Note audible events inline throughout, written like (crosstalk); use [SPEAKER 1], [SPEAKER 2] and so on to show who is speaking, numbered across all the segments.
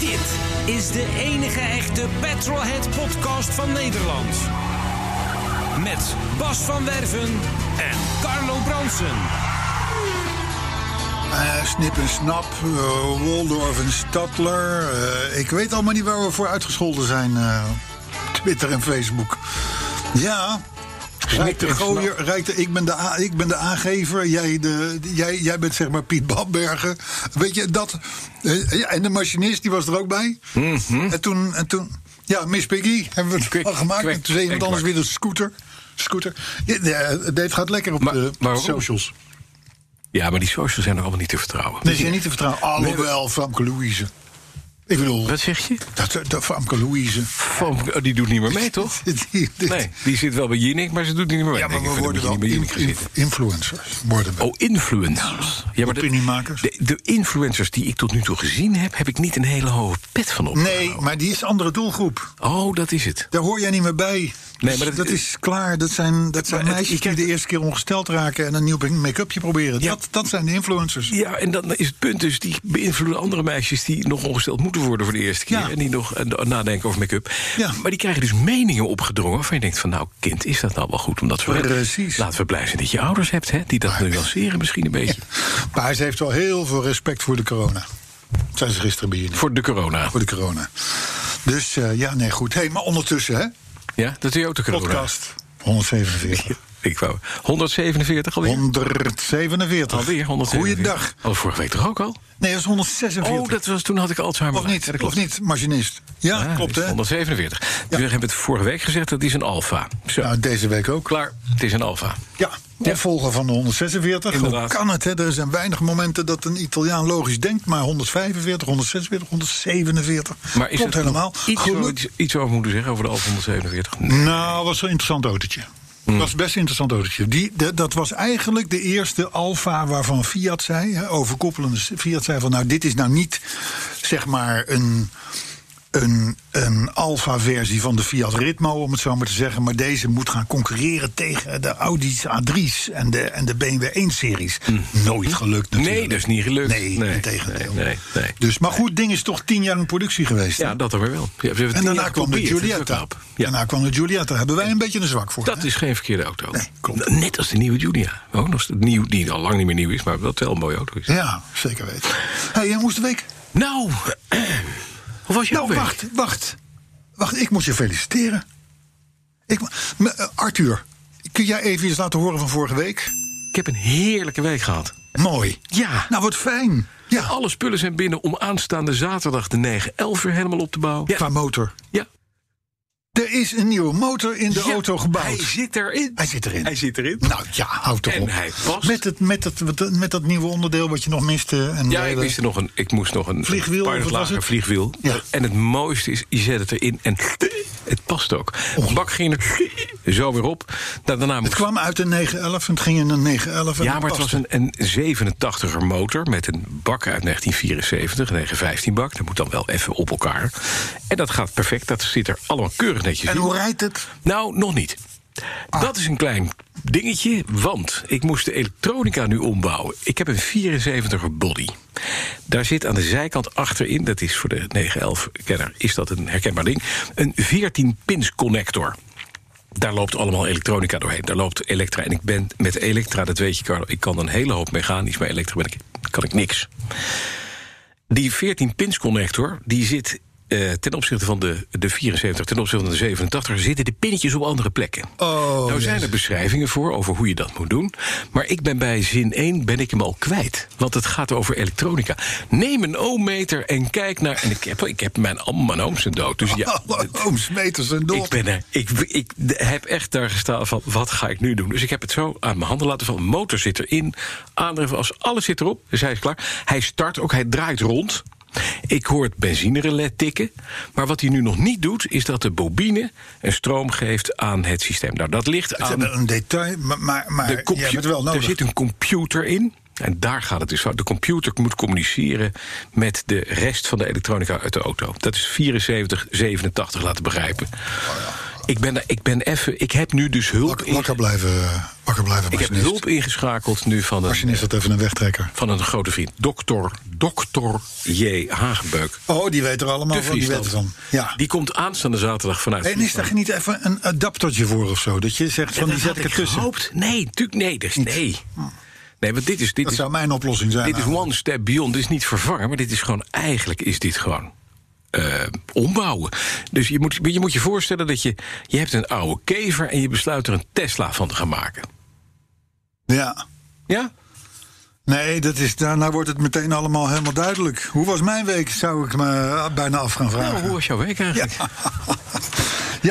[SPEAKER 1] Dit is de enige echte Petrolhead podcast van Nederland. Met Bas van Werven en Carlo Bronsen.
[SPEAKER 2] Eh, snip en Snap, eh, Waldorf en Stadler. eh, ik weet allemaal niet waar we voor uitgescholden zijn. eh, op Twitter en Facebook. Ja. Rijk de
[SPEAKER 3] en
[SPEAKER 2] gooier, Rijk de- ik, ben de, a- ik ben de aangever, jij, de, jij, jij bent zeg maar Piet Bamberger. Weet je, dat... eh, ja, en de machinist, die was er ook bij. En toen... En toen ja, Miss Piggy hebben we het
[SPEAKER 3] Mhm. Kwik,
[SPEAKER 2] al gemaakt.
[SPEAKER 3] kwik
[SPEAKER 2] en toen zei iemand
[SPEAKER 3] en
[SPEAKER 2] anders
[SPEAKER 3] kwak.
[SPEAKER 2] weer de scooter. Scooter. Ja, eh, Dave gaat lekker op
[SPEAKER 3] Maar
[SPEAKER 2] de
[SPEAKER 3] waarom?
[SPEAKER 2] socials.
[SPEAKER 3] Ja, maar die socials zijn er allemaal niet te vertrouwen.
[SPEAKER 2] Nee, zijn niet te vertrouwen. Alhoewel, Famke Louise. Ik bedoel,
[SPEAKER 3] Wat zeg je?
[SPEAKER 2] dat, dat Famke Louise. (laughs)
[SPEAKER 3] Van, oh, die doet niet meer mee, toch?
[SPEAKER 2] Die- dit-
[SPEAKER 3] Nee, die zit wel bij Jinek, maar ze doet niet meer mee.
[SPEAKER 2] Ja, maar
[SPEAKER 3] denk ik.
[SPEAKER 2] we
[SPEAKER 3] Dan
[SPEAKER 2] worden
[SPEAKER 3] moet je
[SPEAKER 2] wel
[SPEAKER 3] niet bij
[SPEAKER 2] in,
[SPEAKER 3] Jinek
[SPEAKER 2] in-
[SPEAKER 3] gaan zitten.
[SPEAKER 2] influencers. Worden we.
[SPEAKER 3] Oh, influencers. Ja, maar
[SPEAKER 2] opiniemakers.
[SPEAKER 3] De, de influencers die ik tot nu toe gezien heb, heb ik niet een hele hoge pet van op.
[SPEAKER 2] nee, maar die is een andere doelgroep.
[SPEAKER 3] Oh, dat is het.
[SPEAKER 2] Daar hoor jij niet meer bij. Dus
[SPEAKER 3] maar dat-
[SPEAKER 2] is klaar. Dat zijn, dat zijn
[SPEAKER 3] Maar het-
[SPEAKER 2] meisjes
[SPEAKER 3] je kijkt-
[SPEAKER 2] die de eerste keer ongesteld raken... en een nieuw make-upje proberen.
[SPEAKER 3] Ja.
[SPEAKER 2] Dat, dat zijn de influencers.
[SPEAKER 3] Ja, en dan is het punt dus, die beïnvloeden andere meisjes... die nog ongesteld moeten worden voor de eerste keer...
[SPEAKER 2] Ja.
[SPEAKER 3] en die nog eh, nadenken over make-up.
[SPEAKER 2] Ja.
[SPEAKER 3] Maar die krijgen dus meningen opgedrongen waarvan je denkt van... nou, kind, is dat nou wel goed? Omdat we,
[SPEAKER 2] Precies.
[SPEAKER 3] Laten we blij zijn dat je ouders hebt, hè, die dat nuanceren misschien een beetje.
[SPEAKER 2] Maar ze heeft wel heel veel respect voor de corona. Zijn ze gisteren bij je
[SPEAKER 3] Voor de corona.
[SPEAKER 2] Voor de corona. Dus eh, ja, nee, goed. hey, maar ondertussen, hè?
[SPEAKER 3] Ja, dat is ook de corona.
[SPEAKER 2] Podcast 147.
[SPEAKER 3] Ik wou 147 alweer.
[SPEAKER 2] 147.
[SPEAKER 3] Alweer 147.
[SPEAKER 2] Goeiedag.
[SPEAKER 3] Oh, vorige week toch ook al?
[SPEAKER 2] Nee, dat is 146.
[SPEAKER 3] Oh, dat was, toen had ik Alzheimer.
[SPEAKER 2] Of niet,
[SPEAKER 3] Ja, dat
[SPEAKER 2] of
[SPEAKER 3] klopt.
[SPEAKER 2] niet, machinist. Ja,
[SPEAKER 3] Ah,
[SPEAKER 2] klopt
[SPEAKER 3] dit
[SPEAKER 2] hè?
[SPEAKER 3] is 147. We hebben het vorige week gezegd, dat is een alfa. Zo,
[SPEAKER 2] Nou, deze week ook.
[SPEAKER 3] klaar, het is een alfa.
[SPEAKER 2] Ja, opvolger van de 146. Hoe
[SPEAKER 3] Inderdaad.
[SPEAKER 2] kan het hè? Er zijn weinig momenten dat een Italiaan logisch denkt, maar 145, 146, 147.
[SPEAKER 3] Maar is
[SPEAKER 2] klopt
[SPEAKER 3] er
[SPEAKER 2] helemaal.
[SPEAKER 3] Iets,
[SPEAKER 2] Geluk-
[SPEAKER 3] over, iets over moeten zeggen over de Alfa 147? Nee.
[SPEAKER 2] Nou, was een interessant autootje. was best een interessant autootje. Die, de- dat was eigenlijk de eerste Alfa waarvan Fiat zei, hè, overkoppelende Fiat zei van nou, dit is nou niet zeg maar een, een, een Alfa-versie van de Fiat Ritmo, om het zo maar te zeggen. Maar deze moet gaan concurreren tegen de Audi's A3's en de, en de BMW 1-series. Nooit gelukt natuurlijk.
[SPEAKER 3] Hm. Nee, dat is niet gelukt.
[SPEAKER 2] Nee,
[SPEAKER 3] Nee,
[SPEAKER 2] integendeel.
[SPEAKER 3] nee, nee, nee.
[SPEAKER 2] Dus, maar goed, ding is toch tien jaar in productie geweest. hè?
[SPEAKER 3] Ja, dat dan weer wel. Ja, we hebben
[SPEAKER 2] En
[SPEAKER 3] tien
[SPEAKER 2] daarna
[SPEAKER 3] jaar
[SPEAKER 2] kwam de
[SPEAKER 3] geprobeerd, dat is
[SPEAKER 2] Giulietta.
[SPEAKER 3] wel knap. Ja,
[SPEAKER 2] Daarna kwam de Giulietta. Hebben wij een beetje een zwak voor.
[SPEAKER 3] dat
[SPEAKER 2] hè?
[SPEAKER 3] is geen verkeerde auto.
[SPEAKER 2] Nee, klopt.
[SPEAKER 3] Net als de nieuwe Julia. Ook nog steeds nieuw, die al lang niet meer nieuw is, maar wat wel een mooie auto is.
[SPEAKER 2] Ja, zeker weten. hey, jij moest de week.
[SPEAKER 3] Nou, (clears throat) hoe was jouw
[SPEAKER 2] Nou,
[SPEAKER 3] week?
[SPEAKER 2] wacht, wacht. Wacht, ik moet je feliciteren. Ik, mo- M- eh, Arthur, kun jij even iets laten horen van vorige week?
[SPEAKER 3] Ik heb een heerlijke week gehad.
[SPEAKER 2] Mooi.
[SPEAKER 3] Ja. Oh,
[SPEAKER 2] Nou, wat fijn. Ja,
[SPEAKER 3] Alle spullen zijn binnen om aanstaande zaterdag de 9-11 weer helemaal op te bouwen.
[SPEAKER 2] qua motor.
[SPEAKER 3] ja.
[SPEAKER 2] Er is een nieuwe motor in de
[SPEAKER 3] Ja,
[SPEAKER 2] auto gebouwd.
[SPEAKER 3] Hij zit erin.
[SPEAKER 2] Hij zit erin.
[SPEAKER 3] Hij zit erin.
[SPEAKER 2] Nou ja, houd toch
[SPEAKER 3] En
[SPEAKER 2] op.
[SPEAKER 3] hij past.
[SPEAKER 2] Met, het, met, het, met dat nieuwe onderdeel wat je nog miste. En
[SPEAKER 3] Ja,
[SPEAKER 2] de
[SPEAKER 3] ik,
[SPEAKER 2] hele-
[SPEAKER 3] wist er nog een, ik moest nog een
[SPEAKER 2] Vliegwiel,
[SPEAKER 3] een
[SPEAKER 2] of wat was
[SPEAKER 3] lager
[SPEAKER 2] het?
[SPEAKER 3] vliegwiel.
[SPEAKER 2] Ja.
[SPEAKER 3] En het mooiste is, je zet het erin en (laughs) het past ook. De bak ging er zo weer op. Nou, daarna
[SPEAKER 2] Het
[SPEAKER 3] moest,
[SPEAKER 2] kwam uit een 911 en het ging in een 911. en
[SPEAKER 3] ja, maar het was
[SPEAKER 2] paste.
[SPEAKER 3] een, een 87er motor met een bak uit 1974, een 915 bak. Dat moet dan wel even op elkaar. En dat gaat perfect, dat zit er allemaal keurig netjes
[SPEAKER 2] En
[SPEAKER 3] in.
[SPEAKER 2] hoe rijdt het?
[SPEAKER 3] Nou, nog niet. Dat is een klein dingetje, want ik moest de elektronica nu ombouwen. Ik heb een 74er body. Daar zit aan de zijkant achterin, dat is voor de 911-kenner, is dat een herkenbaar ding, een 14-pins connector. Daar loopt allemaal elektronica doorheen. Daar loopt elektra. En ik ben met elektra, dat weet je Carlo, ik kan een hele hoop mechanisch, maar elektra ben ik, kan ik niks. Die 14-pins connector, die zit eh, ten opzichte van de, de 74, ten opzichte van de 87, zitten de pinnetjes op andere plekken.
[SPEAKER 2] Oh,
[SPEAKER 3] nou zijn er beschrijvingen voor over hoe je dat moet doen. Maar ik ben bij zin 1 ben ik hem al kwijt. Want het gaat over elektronica. Neem een oommeter en kijk naar. En ik heb, ik heb mijn, al mijn ooms zijn dood.
[SPEAKER 2] (laughs)
[SPEAKER 3] Dus ja,
[SPEAKER 2] ooms meters en
[SPEAKER 3] ik,
[SPEAKER 2] dood.
[SPEAKER 3] ben er, ik, ik heb echt daar gestaan van, wat ga ik nu doen? Dus ik heb het zo aan mijn handen laten vallen. Motor zit erin, aandrijven, als alles zit erop. Dus hij is klaar. Hij start ook, hij draait rond. Ik hoor het benzinerelais tikken. Maar wat hij nu nog niet doet, is dat de bobine een stroom geeft aan het systeem. Nou, dat ligt
[SPEAKER 2] Het is
[SPEAKER 3] aan
[SPEAKER 2] wel een detail, maar, maar, maar
[SPEAKER 3] de
[SPEAKER 2] je Eh, hebt het
[SPEAKER 3] computer.
[SPEAKER 2] wel nodig.
[SPEAKER 3] Er zit een computer in. En daar gaat het dus fout. De computer moet communiceren met de rest van de elektronica uit de auto. Dat is 74, 87 laten begrijpen. Ik ben, daar- ik ben even. Ik heb nu dus hulp.
[SPEAKER 2] Wakker,
[SPEAKER 3] inge-
[SPEAKER 2] wakker blijven, eh, wakker blijven
[SPEAKER 3] ik heb
[SPEAKER 2] machinist.
[SPEAKER 3] hulp ingeschakeld nu van een,
[SPEAKER 2] Machinist had even een wegtrekker.
[SPEAKER 3] van een grote vriend. Dokter, dokter J. Hagenbeuk.
[SPEAKER 2] Oh, die weet er allemaal
[SPEAKER 3] Te
[SPEAKER 2] van. Die weet
[SPEAKER 3] Friesland.
[SPEAKER 2] ervan. Ja.
[SPEAKER 3] Die komt aanstaande zaterdag vanuit.
[SPEAKER 2] En is
[SPEAKER 3] Friesland.
[SPEAKER 2] daar niet even een adaptertje voor of zo? Dat je zegt van
[SPEAKER 3] Ja,
[SPEAKER 2] die zet
[SPEAKER 3] dat
[SPEAKER 2] ik
[SPEAKER 3] had
[SPEAKER 2] ertussen.
[SPEAKER 3] gehoopt. Nee, natuurlijk nee. Dus, nee. nee, want dit is. Dit
[SPEAKER 2] Dat
[SPEAKER 3] is
[SPEAKER 2] zou mijn oplossing zijn.
[SPEAKER 3] Dit is
[SPEAKER 2] nou.
[SPEAKER 3] one step beyond. Dit is niet vervangen, maar dit is gewoon... Eigenlijk is dit gewoon eh, ombouwen. Dus je moet, je moet je voorstellen dat je... Je hebt een oude kever en je besluit er een Tesla van te gaan maken.
[SPEAKER 2] Ja.
[SPEAKER 3] Ja?
[SPEAKER 2] Nee, dat is, daarna wordt het meteen allemaal helemaal duidelijk. Hoe was mijn week, zou ik me eh, bijna af gaan
[SPEAKER 3] Nou,
[SPEAKER 2] vragen.
[SPEAKER 3] hoe was jouw week eigenlijk? Ja,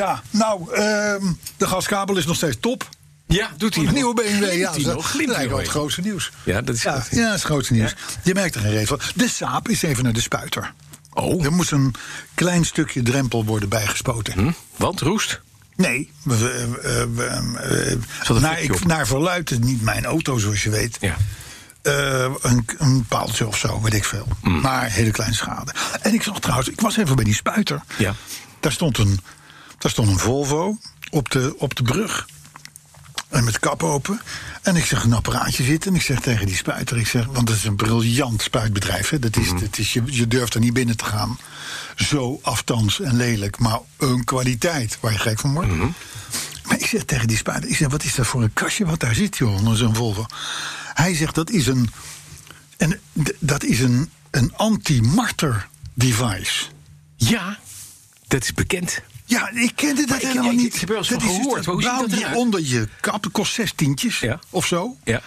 [SPEAKER 2] (laughs) ja, nou, ehm, de gaskabel is nog steeds top.
[SPEAKER 3] doet hij
[SPEAKER 2] Een
[SPEAKER 3] nog.
[SPEAKER 2] nieuwe BMW, ja.
[SPEAKER 3] Glimt hij
[SPEAKER 2] dat
[SPEAKER 3] nog?
[SPEAKER 2] lijkt
[SPEAKER 3] Glimt hij
[SPEAKER 2] wel het
[SPEAKER 3] nog?
[SPEAKER 2] grootste nieuws.
[SPEAKER 3] Ja, dat is
[SPEAKER 2] ja,
[SPEAKER 3] het.
[SPEAKER 2] ja, dat is het grootste nieuws. Je merkt er geen reet van. De saap is even naar de spuiter.
[SPEAKER 3] Oh,
[SPEAKER 2] Er moest een klein stukje drempel worden bijgespoten.
[SPEAKER 3] hm? want roest?
[SPEAKER 2] Nee, we- we- we- we-
[SPEAKER 3] Zat een
[SPEAKER 2] naar,
[SPEAKER 3] vlekje
[SPEAKER 2] ik,
[SPEAKER 3] op.
[SPEAKER 2] naar verluidt het niet mijn auto, zoals je weet.
[SPEAKER 3] Ja.
[SPEAKER 2] Eh, een, een paaltje of zo, weet ik veel. Maar hele kleine schade. En ik zag trouwens, ik was even bij die spuiter.
[SPEAKER 3] Ja.
[SPEAKER 2] Daar stond een, daar stond een Volvo op de, op de brug. En met de kap open. En ik zag een apparaatje zitten. En ik zeg tegen die spuiter. Ik zeg, want het is een briljant spuitbedrijf. Hè? Dat is, dat is, je, je durft er niet binnen te gaan. Zo aftans en lelijk. Maar een kwaliteit waar je gek van wordt. Maar ik zeg tegen die spuiter. Ik zeg, wat is dat voor een kastje wat daar zit joh. Onder zo'n Volvo. Hij zegt, dat is een... En d- dat is een, een anti-marter device.
[SPEAKER 3] Ja, dat is bekend.
[SPEAKER 2] Ja, ik kende dat
[SPEAKER 3] ik-
[SPEAKER 2] helemaal
[SPEAKER 3] ik-
[SPEAKER 2] niet.
[SPEAKER 3] ik heb er wel eens
[SPEAKER 2] dat
[SPEAKER 3] van
[SPEAKER 2] is dus
[SPEAKER 3] gehoord,
[SPEAKER 2] dat
[SPEAKER 3] maar hoe ziet
[SPEAKER 2] blauw
[SPEAKER 3] dat
[SPEAKER 2] die
[SPEAKER 3] eruit?
[SPEAKER 2] onder je kap, dat kost zes tientjes
[SPEAKER 3] Ja.
[SPEAKER 2] of zo.
[SPEAKER 3] Ja.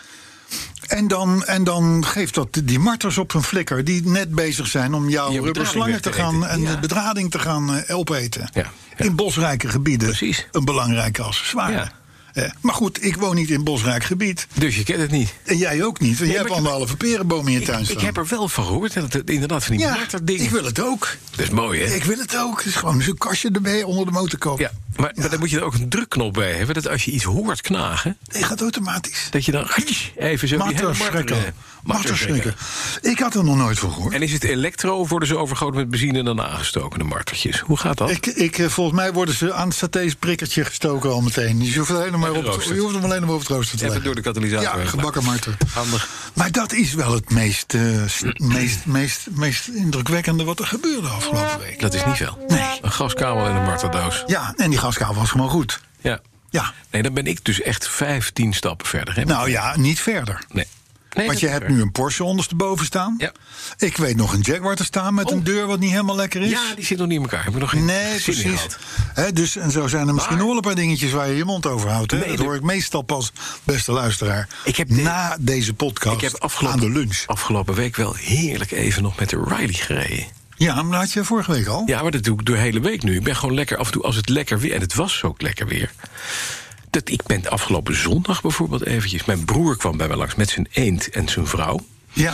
[SPEAKER 2] En dan, en dan geeft dat die marters op hun flikker... die net bezig zijn om jouw
[SPEAKER 3] Je
[SPEAKER 2] rubber
[SPEAKER 3] bedrading
[SPEAKER 2] slangen
[SPEAKER 3] weg
[SPEAKER 2] te
[SPEAKER 3] te
[SPEAKER 2] gaan...
[SPEAKER 3] eten.
[SPEAKER 2] en
[SPEAKER 3] Ja.
[SPEAKER 2] de bedrading te gaan eh, opeten.
[SPEAKER 3] Ja, ja.
[SPEAKER 2] In bosrijke gebieden
[SPEAKER 3] Precies.
[SPEAKER 2] een belangrijke accessoire.
[SPEAKER 3] Ja.
[SPEAKER 2] Eh, maar goed, ik woon niet in bosrijk gebied.
[SPEAKER 3] Dus je kent het niet.
[SPEAKER 2] En jij ook niet. En jij
[SPEAKER 3] maar
[SPEAKER 2] hebt
[SPEAKER 3] ik-
[SPEAKER 2] anderhalve perenboom in je
[SPEAKER 3] Ik,
[SPEAKER 2] tuin staan.
[SPEAKER 3] ik heb er wel van gehoord. Dat het, inderdaad, van die
[SPEAKER 2] ja,
[SPEAKER 3] marterdingen.
[SPEAKER 2] ik wil het ook.
[SPEAKER 3] Dat is mooi, hè?
[SPEAKER 2] Ik wil het ook. Het is gewoon zo'n kastje erbij onder de motorkap.
[SPEAKER 3] Ja, maar, maar dan moet je er ook een drukknop bij hebben. Dat als je iets hoort knagen,
[SPEAKER 2] Het gaat automatisch.
[SPEAKER 3] dat je dan (laughs) even zo... die hele
[SPEAKER 2] Matter
[SPEAKER 3] marter, eh,
[SPEAKER 2] schrikken. Matter schrikken.
[SPEAKER 3] schrikken.
[SPEAKER 2] Ik had er nog nooit van gehoord.
[SPEAKER 3] En is het elektro of worden ze overgoten met benzine en dan aangestoken, de martertjes? Hoe gaat dat?
[SPEAKER 2] Ik, ik, eh, volgens mij worden ze aan het saté's prikkertje gestoken al meteen. Dus je hoeft, alleen nog maar op, het-
[SPEAKER 3] geroosterd.
[SPEAKER 2] je hoeft hem alleen nog maar op het rooster te
[SPEAKER 3] Even
[SPEAKER 2] leggen.
[SPEAKER 3] door de katalysator
[SPEAKER 2] Ja,
[SPEAKER 3] heen.
[SPEAKER 2] gebakken marter.
[SPEAKER 3] Handig.
[SPEAKER 2] Maar dat is wel het meest, eh, s- (clears throat) meest, meest, meest indrukwekkende wat er gebeurde afgelopen week.
[SPEAKER 3] Dat is niet veel. Nee. Een gaskabel en een marterdoos.
[SPEAKER 2] Ja, en die gaskabel was gewoon goed.
[SPEAKER 3] Ja.
[SPEAKER 2] Ja,
[SPEAKER 3] Nee, dan ben ik dus echt 15 stappen verder. Hè?
[SPEAKER 2] nou ja, niet verder.
[SPEAKER 3] nee. nee.
[SPEAKER 2] Want
[SPEAKER 3] dat
[SPEAKER 2] je
[SPEAKER 3] is
[SPEAKER 2] hebt
[SPEAKER 3] waar.
[SPEAKER 2] nu een Porsche ondersteboven staan.
[SPEAKER 3] Ja.
[SPEAKER 2] Ik weet nog een Jaguar te staan met
[SPEAKER 3] Oh.
[SPEAKER 2] een deur wat niet helemaal lekker is.
[SPEAKER 3] Ja, die zit nog niet in elkaar. Heb ik nog geen
[SPEAKER 2] Nee,
[SPEAKER 3] zin in
[SPEAKER 2] precies.
[SPEAKER 3] gehad.
[SPEAKER 2] Hè, dus, en zo zijn er misschien
[SPEAKER 3] Maar-
[SPEAKER 2] nog wel een paar dingetjes waar je je mond over houdt. Hè?
[SPEAKER 3] Nee,
[SPEAKER 2] dat
[SPEAKER 3] de-
[SPEAKER 2] hoor ik meestal pas, beste luisteraar.
[SPEAKER 3] Ik heb de-
[SPEAKER 2] na deze podcast
[SPEAKER 3] Ik heb
[SPEAKER 2] aan
[SPEAKER 3] afgelopen,
[SPEAKER 2] de lunch.
[SPEAKER 3] afgelopen week wel heerlijk even nog met de Riley gereden.
[SPEAKER 2] Ja, maar dat had je vorige week al.
[SPEAKER 3] Ja, maar dat doe ik de hele week nu. Ik ben gewoon lekker af en toe, als het lekker weer... en het was ook lekker weer. Dat, ik ben afgelopen zondag bijvoorbeeld eventjes... mijn broer kwam bij me langs met zijn eend en zijn vrouw.
[SPEAKER 2] Ja.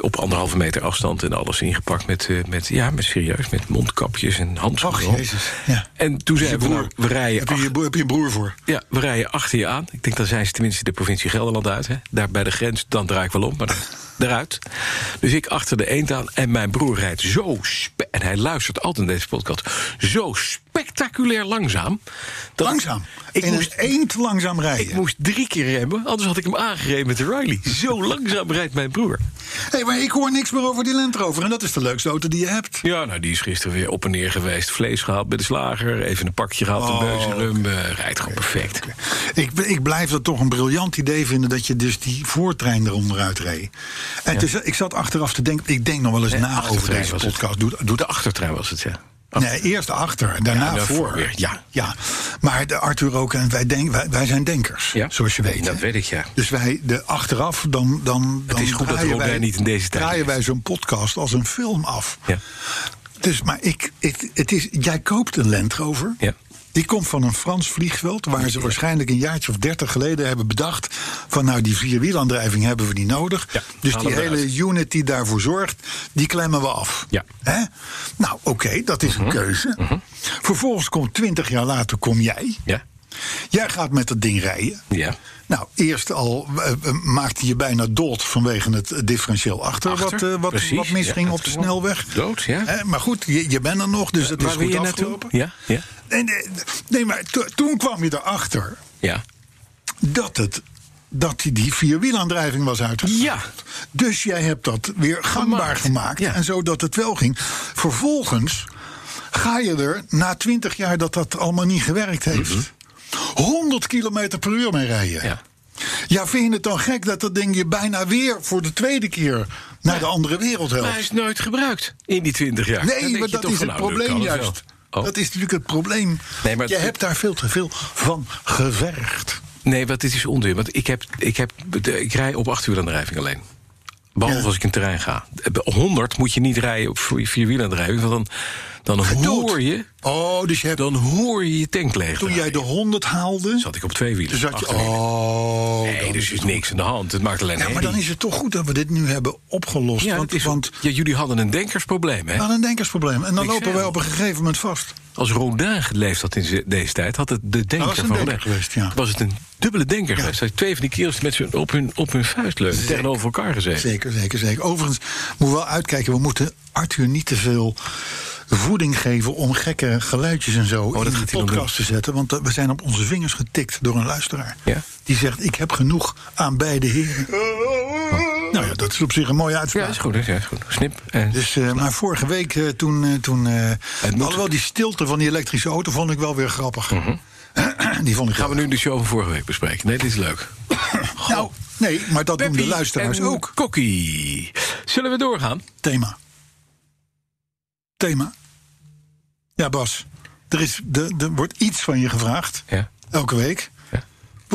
[SPEAKER 3] Op anderhalve meter afstand en alles ingepakt met, eh, met, ja, met serieus, met mondkapjes en
[SPEAKER 2] Och,
[SPEAKER 3] handschoenen.
[SPEAKER 2] jezus. Ja.
[SPEAKER 3] En toen zei we, nou, we rijden
[SPEAKER 2] Dus heb, je, je broer- heb je een broer voor?
[SPEAKER 3] ja, we rijden achter je aan. Ik denk, dan zijn ze tenminste de provincie Gelderland uit. Hè? Daar bij de grens, dan draai ik wel om, maar dan, (laughs) daaruit. Dus ik achter de eend aan en mijn broer rijdt zo... spe- en hij luistert altijd naar deze podcast. Zo spectaculair langzaam. dat-
[SPEAKER 2] Langzaam.
[SPEAKER 3] Ik
[SPEAKER 2] In
[SPEAKER 3] moest,
[SPEAKER 2] een eend langzaam rijden.
[SPEAKER 3] ik moest drie keer remmen, anders had ik hem aangereden met de Riley. Zo (laughs) langzaam rijdt mijn broer.
[SPEAKER 2] Hey, maar ik hoor niks meer over die Land Rover. En dat is de leukste auto die je hebt.
[SPEAKER 3] Ja, nou, die is gisteren weer op en neer geweest. Vlees gehaald bij de slager, even een pakje gehaald,
[SPEAKER 2] Oh,
[SPEAKER 3] een beuzenrum. eh, rijdt gewoon perfect.
[SPEAKER 2] Ik, ik blijf dat toch een briljant idee vinden dat je dus die voortrein eronderuit reed. En het is- ik zat achteraf te denken, ik denk nog wel eens na over
[SPEAKER 3] achtertrein
[SPEAKER 2] deze
[SPEAKER 3] was het.
[SPEAKER 2] podcast. Doe, doe
[SPEAKER 3] De achtertrein was het, ja.
[SPEAKER 2] Nee, eerst achter en daarna
[SPEAKER 3] Ja, daarvoor
[SPEAKER 2] voor.
[SPEAKER 3] weer, ja.
[SPEAKER 2] ja. Maar de Arthur ook en wij, denk, wij, wij zijn denkers,
[SPEAKER 3] Ja.
[SPEAKER 2] zoals je weet.
[SPEAKER 3] Dat
[SPEAKER 2] hè.
[SPEAKER 3] weet ik, ja.
[SPEAKER 2] Dus wij de achteraf, dan, dan, dan
[SPEAKER 3] is goed dat
[SPEAKER 2] draaien
[SPEAKER 3] Rodin
[SPEAKER 2] wij-
[SPEAKER 3] niet in deze tijd
[SPEAKER 2] draaien
[SPEAKER 3] leeft.
[SPEAKER 2] wij zo'n podcast als een film af.
[SPEAKER 3] Ja.
[SPEAKER 2] Dus, maar ik, ik, het is, jij koopt een Land Rover.
[SPEAKER 3] Ja.
[SPEAKER 2] Die komt van een Frans vliegveld, waar ze waarschijnlijk een jaartje of dertig geleden hebben bedacht. van nou, die vierwielaandrijving hebben we niet nodig.
[SPEAKER 3] Ja,
[SPEAKER 2] dus
[SPEAKER 3] halen
[SPEAKER 2] die
[SPEAKER 3] we
[SPEAKER 2] hele
[SPEAKER 3] eruit.
[SPEAKER 2] unit die daarvoor zorgt, die klemmen we af.
[SPEAKER 3] Ja. Mhm.
[SPEAKER 2] Hè? Nou, oké, dat is een keuze. Vervolgens komt twintig jaar later kom jij.
[SPEAKER 3] Ja.
[SPEAKER 2] Jij gaat met dat ding rijden.
[SPEAKER 3] Ja.
[SPEAKER 2] Nou, eerst al eh, eh, maakte je bijna dood vanwege het eh, differentieel achter,
[SPEAKER 3] Achter,
[SPEAKER 2] wat, eh, wat,
[SPEAKER 3] precies,
[SPEAKER 2] wat misging
[SPEAKER 3] ja,
[SPEAKER 2] op de
[SPEAKER 3] dat is
[SPEAKER 2] snelweg.
[SPEAKER 3] dood, ja.
[SPEAKER 2] Eh, maar goed, je, je bent er nog, dus het is
[SPEAKER 3] wil
[SPEAKER 2] goed afgelopen.
[SPEAKER 3] Ja, ja.
[SPEAKER 2] Nee, nee, nee, maar to- toen kwam je erachter
[SPEAKER 3] Ja.
[SPEAKER 2] dat het dat die, die vierwielaandrijving was uitgegaan.
[SPEAKER 3] Ja.
[SPEAKER 2] Dus jij hebt dat weer gangbaar
[SPEAKER 3] Gemaakt,
[SPEAKER 2] gemaakt.
[SPEAKER 3] ja.
[SPEAKER 2] En zodat het wel ging. Vervolgens ga je er na twintig jaar dat dat allemaal niet gewerkt heeft... 100 km per uur mee rijden.
[SPEAKER 3] Mhm. Ja.
[SPEAKER 2] Ja, vind je het dan gek dat dat ding je bijna weer voor de tweede keer naar de andere wereld helpt?
[SPEAKER 3] Maar hij is nooit gebruikt in die 20 jaar. Dan
[SPEAKER 2] Nee,
[SPEAKER 3] denk
[SPEAKER 2] maar
[SPEAKER 3] je
[SPEAKER 2] dat
[SPEAKER 3] toch
[SPEAKER 2] is
[SPEAKER 3] van,
[SPEAKER 2] het
[SPEAKER 3] nou, dat
[SPEAKER 2] probleem
[SPEAKER 3] kan het wel.
[SPEAKER 2] juist.
[SPEAKER 3] Oh.
[SPEAKER 2] Dat is natuurlijk het probleem.
[SPEAKER 3] Nee, maar
[SPEAKER 2] je
[SPEAKER 3] het-
[SPEAKER 2] hebt daar veel te veel van gevergd.
[SPEAKER 3] Nee, want dit is onduur. Want ik, heb, ik, heb, de- ik rij op 8 uur aan de drijving alleen. Behalve
[SPEAKER 2] Ja.
[SPEAKER 3] als ik in het terrein ga. Bij 100 moet je niet rijden op vierwielaandrijving. Want dan, dan hoor je.
[SPEAKER 2] Oh, dus je hebt,
[SPEAKER 3] Dan hoor je je tank leeg.
[SPEAKER 2] toen jij de 100 haalde,
[SPEAKER 3] Zat ik op twee wielen.
[SPEAKER 2] toen zat je...
[SPEAKER 3] achter wielen.
[SPEAKER 2] Oh,
[SPEAKER 3] nee,
[SPEAKER 2] dan-
[SPEAKER 3] dus er is niks aan de hand. Het maakt alleen
[SPEAKER 2] ja, maar
[SPEAKER 3] herrie.
[SPEAKER 2] dan is het toch goed dat we dit nu hebben opgelost.
[SPEAKER 3] Ja,
[SPEAKER 2] want,
[SPEAKER 3] dat is-
[SPEAKER 2] want Ah.
[SPEAKER 3] ja, jullie hadden een denkersprobleem, hè?
[SPEAKER 2] we hadden een denkersprobleem. En dan
[SPEAKER 3] Ik
[SPEAKER 2] lopen
[SPEAKER 3] zei
[SPEAKER 2] wij
[SPEAKER 3] al.
[SPEAKER 2] op een gegeven moment vast.
[SPEAKER 3] Als Rodin geleefd had in ze- deze tijd, had het de denker
[SPEAKER 2] was een
[SPEAKER 3] van
[SPEAKER 2] denker
[SPEAKER 3] Rodin.
[SPEAKER 2] geweest, ja.
[SPEAKER 3] Was het een dubbele denker geweest? Hij had twee van die kerels met z'n op hun, op hun vuist leunen,
[SPEAKER 2] Zeker.
[SPEAKER 3] tegenover elkaar gezeten.
[SPEAKER 2] Zeker, zeker, zeker. Overigens, moet wel uitkijken, we moeten Arthur niet te veel voeding geven om gekke geluidjes en zo
[SPEAKER 3] Oh, dat
[SPEAKER 2] in de
[SPEAKER 3] gaat hij dan
[SPEAKER 2] podcast te zetten. Want eh, we zijn op onze vingers getikt door een luisteraar.
[SPEAKER 3] Ja.
[SPEAKER 2] Die zegt, ik heb genoeg aan beide heren. Nou ja, dat is op zich een mooie
[SPEAKER 3] Ja,
[SPEAKER 2] uitspraak.
[SPEAKER 3] is goed, hè? ja, is goed. Snip. En,
[SPEAKER 2] Dus, eh, maar vorige week eh, toen... eh, toen eh
[SPEAKER 3] Nou. moet- Mhm.
[SPEAKER 2] Alhoewel die stilte van die elektrische auto vond ik wel weer grappig. (clears throat) Die vond ik
[SPEAKER 3] Gaan we nu de show van vorige week bespreken? Nee, dit is leuk.
[SPEAKER 2] Nou, nee, maar dat doen de
[SPEAKER 3] Peppie
[SPEAKER 2] luisteraars
[SPEAKER 3] en
[SPEAKER 2] ook.
[SPEAKER 3] Kokkie. Zullen we doorgaan?
[SPEAKER 2] Thema. Thema. Ja, Bas. Er, is, de, er wordt iets van je gevraagd.
[SPEAKER 3] Ja.
[SPEAKER 2] Elke week.
[SPEAKER 3] Ja.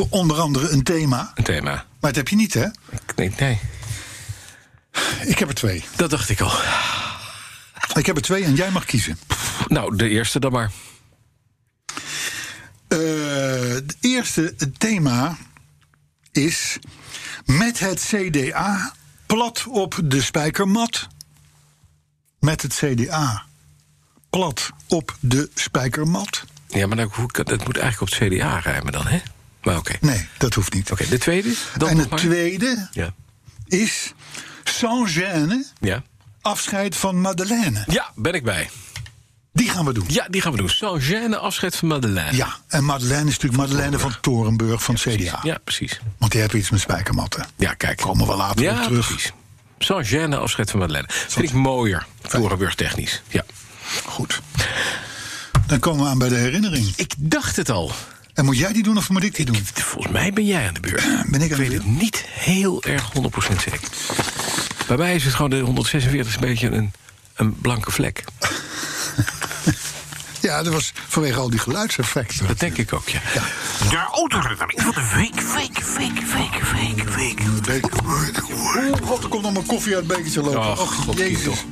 [SPEAKER 2] Onder andere een thema.
[SPEAKER 3] Een thema.
[SPEAKER 2] Maar dat heb je niet, hè?
[SPEAKER 3] Ik denk, nee,
[SPEAKER 2] Ik heb er twee.
[SPEAKER 3] dat dacht ik al.
[SPEAKER 2] Ik heb er twee en jij mag kiezen.
[SPEAKER 3] Nou, de eerste dan maar.
[SPEAKER 2] Eh, het eerste thema is... Met het CDA plat op de spijkermat. Met het CDA plat op de spijkermat.
[SPEAKER 3] Ja, maar nou, hoe, kan- dat moet eigenlijk op het CDA rijmen dan, hè? Maar oké.
[SPEAKER 2] Nee, dat hoeft niet.
[SPEAKER 3] Oké, de tweede? Dan
[SPEAKER 2] Mm. en
[SPEAKER 3] nog
[SPEAKER 2] het
[SPEAKER 3] maar.
[SPEAKER 2] tweede
[SPEAKER 3] Ja.
[SPEAKER 2] is sans gêne
[SPEAKER 3] Ja.
[SPEAKER 2] afscheid van Madeleine.
[SPEAKER 3] ja, ben ik bij.
[SPEAKER 2] Die gaan we doen.
[SPEAKER 3] Ja, die gaan we doen. Saint-Gène, afscheid van Madeleine.
[SPEAKER 2] Ja, en Madeleine is natuurlijk Madeleine van Torenburg van
[SPEAKER 3] precies.
[SPEAKER 2] CDA.
[SPEAKER 3] Ja, precies.
[SPEAKER 2] Want die heeft iets met spijkermatten.
[SPEAKER 3] Ja, kijk.
[SPEAKER 2] Komen we later
[SPEAKER 3] ja,
[SPEAKER 2] op terug.
[SPEAKER 3] precies. Saint-Gène, afscheid van Madeleine. Vind ik mooier. Torenburg technisch. Ja.
[SPEAKER 2] Goed. Dan komen we aan bij de herinnering.
[SPEAKER 3] Ik dacht het al.
[SPEAKER 2] En moet jij die doen of moet ik die doen?
[SPEAKER 3] Volgens mij ben jij aan de beurt.
[SPEAKER 2] Eh, Ben ik
[SPEAKER 3] ik
[SPEAKER 2] aan de
[SPEAKER 3] weet het niet heel erg 100% zeker. Bij mij is het gewoon de 146 een beetje een, een blanke vlek.
[SPEAKER 2] Ja, dat was vanwege al die geluidseffecten.
[SPEAKER 3] Dat denk ik ook, ja.
[SPEAKER 4] De autoherinnering van de week, week, week, week, week, week.
[SPEAKER 2] Oeh, God, er komt allemaal koffie uit het bekertje lopen.
[SPEAKER 3] Ach,
[SPEAKER 2] Och,
[SPEAKER 3] God,
[SPEAKER 2] jezus.
[SPEAKER 3] toch.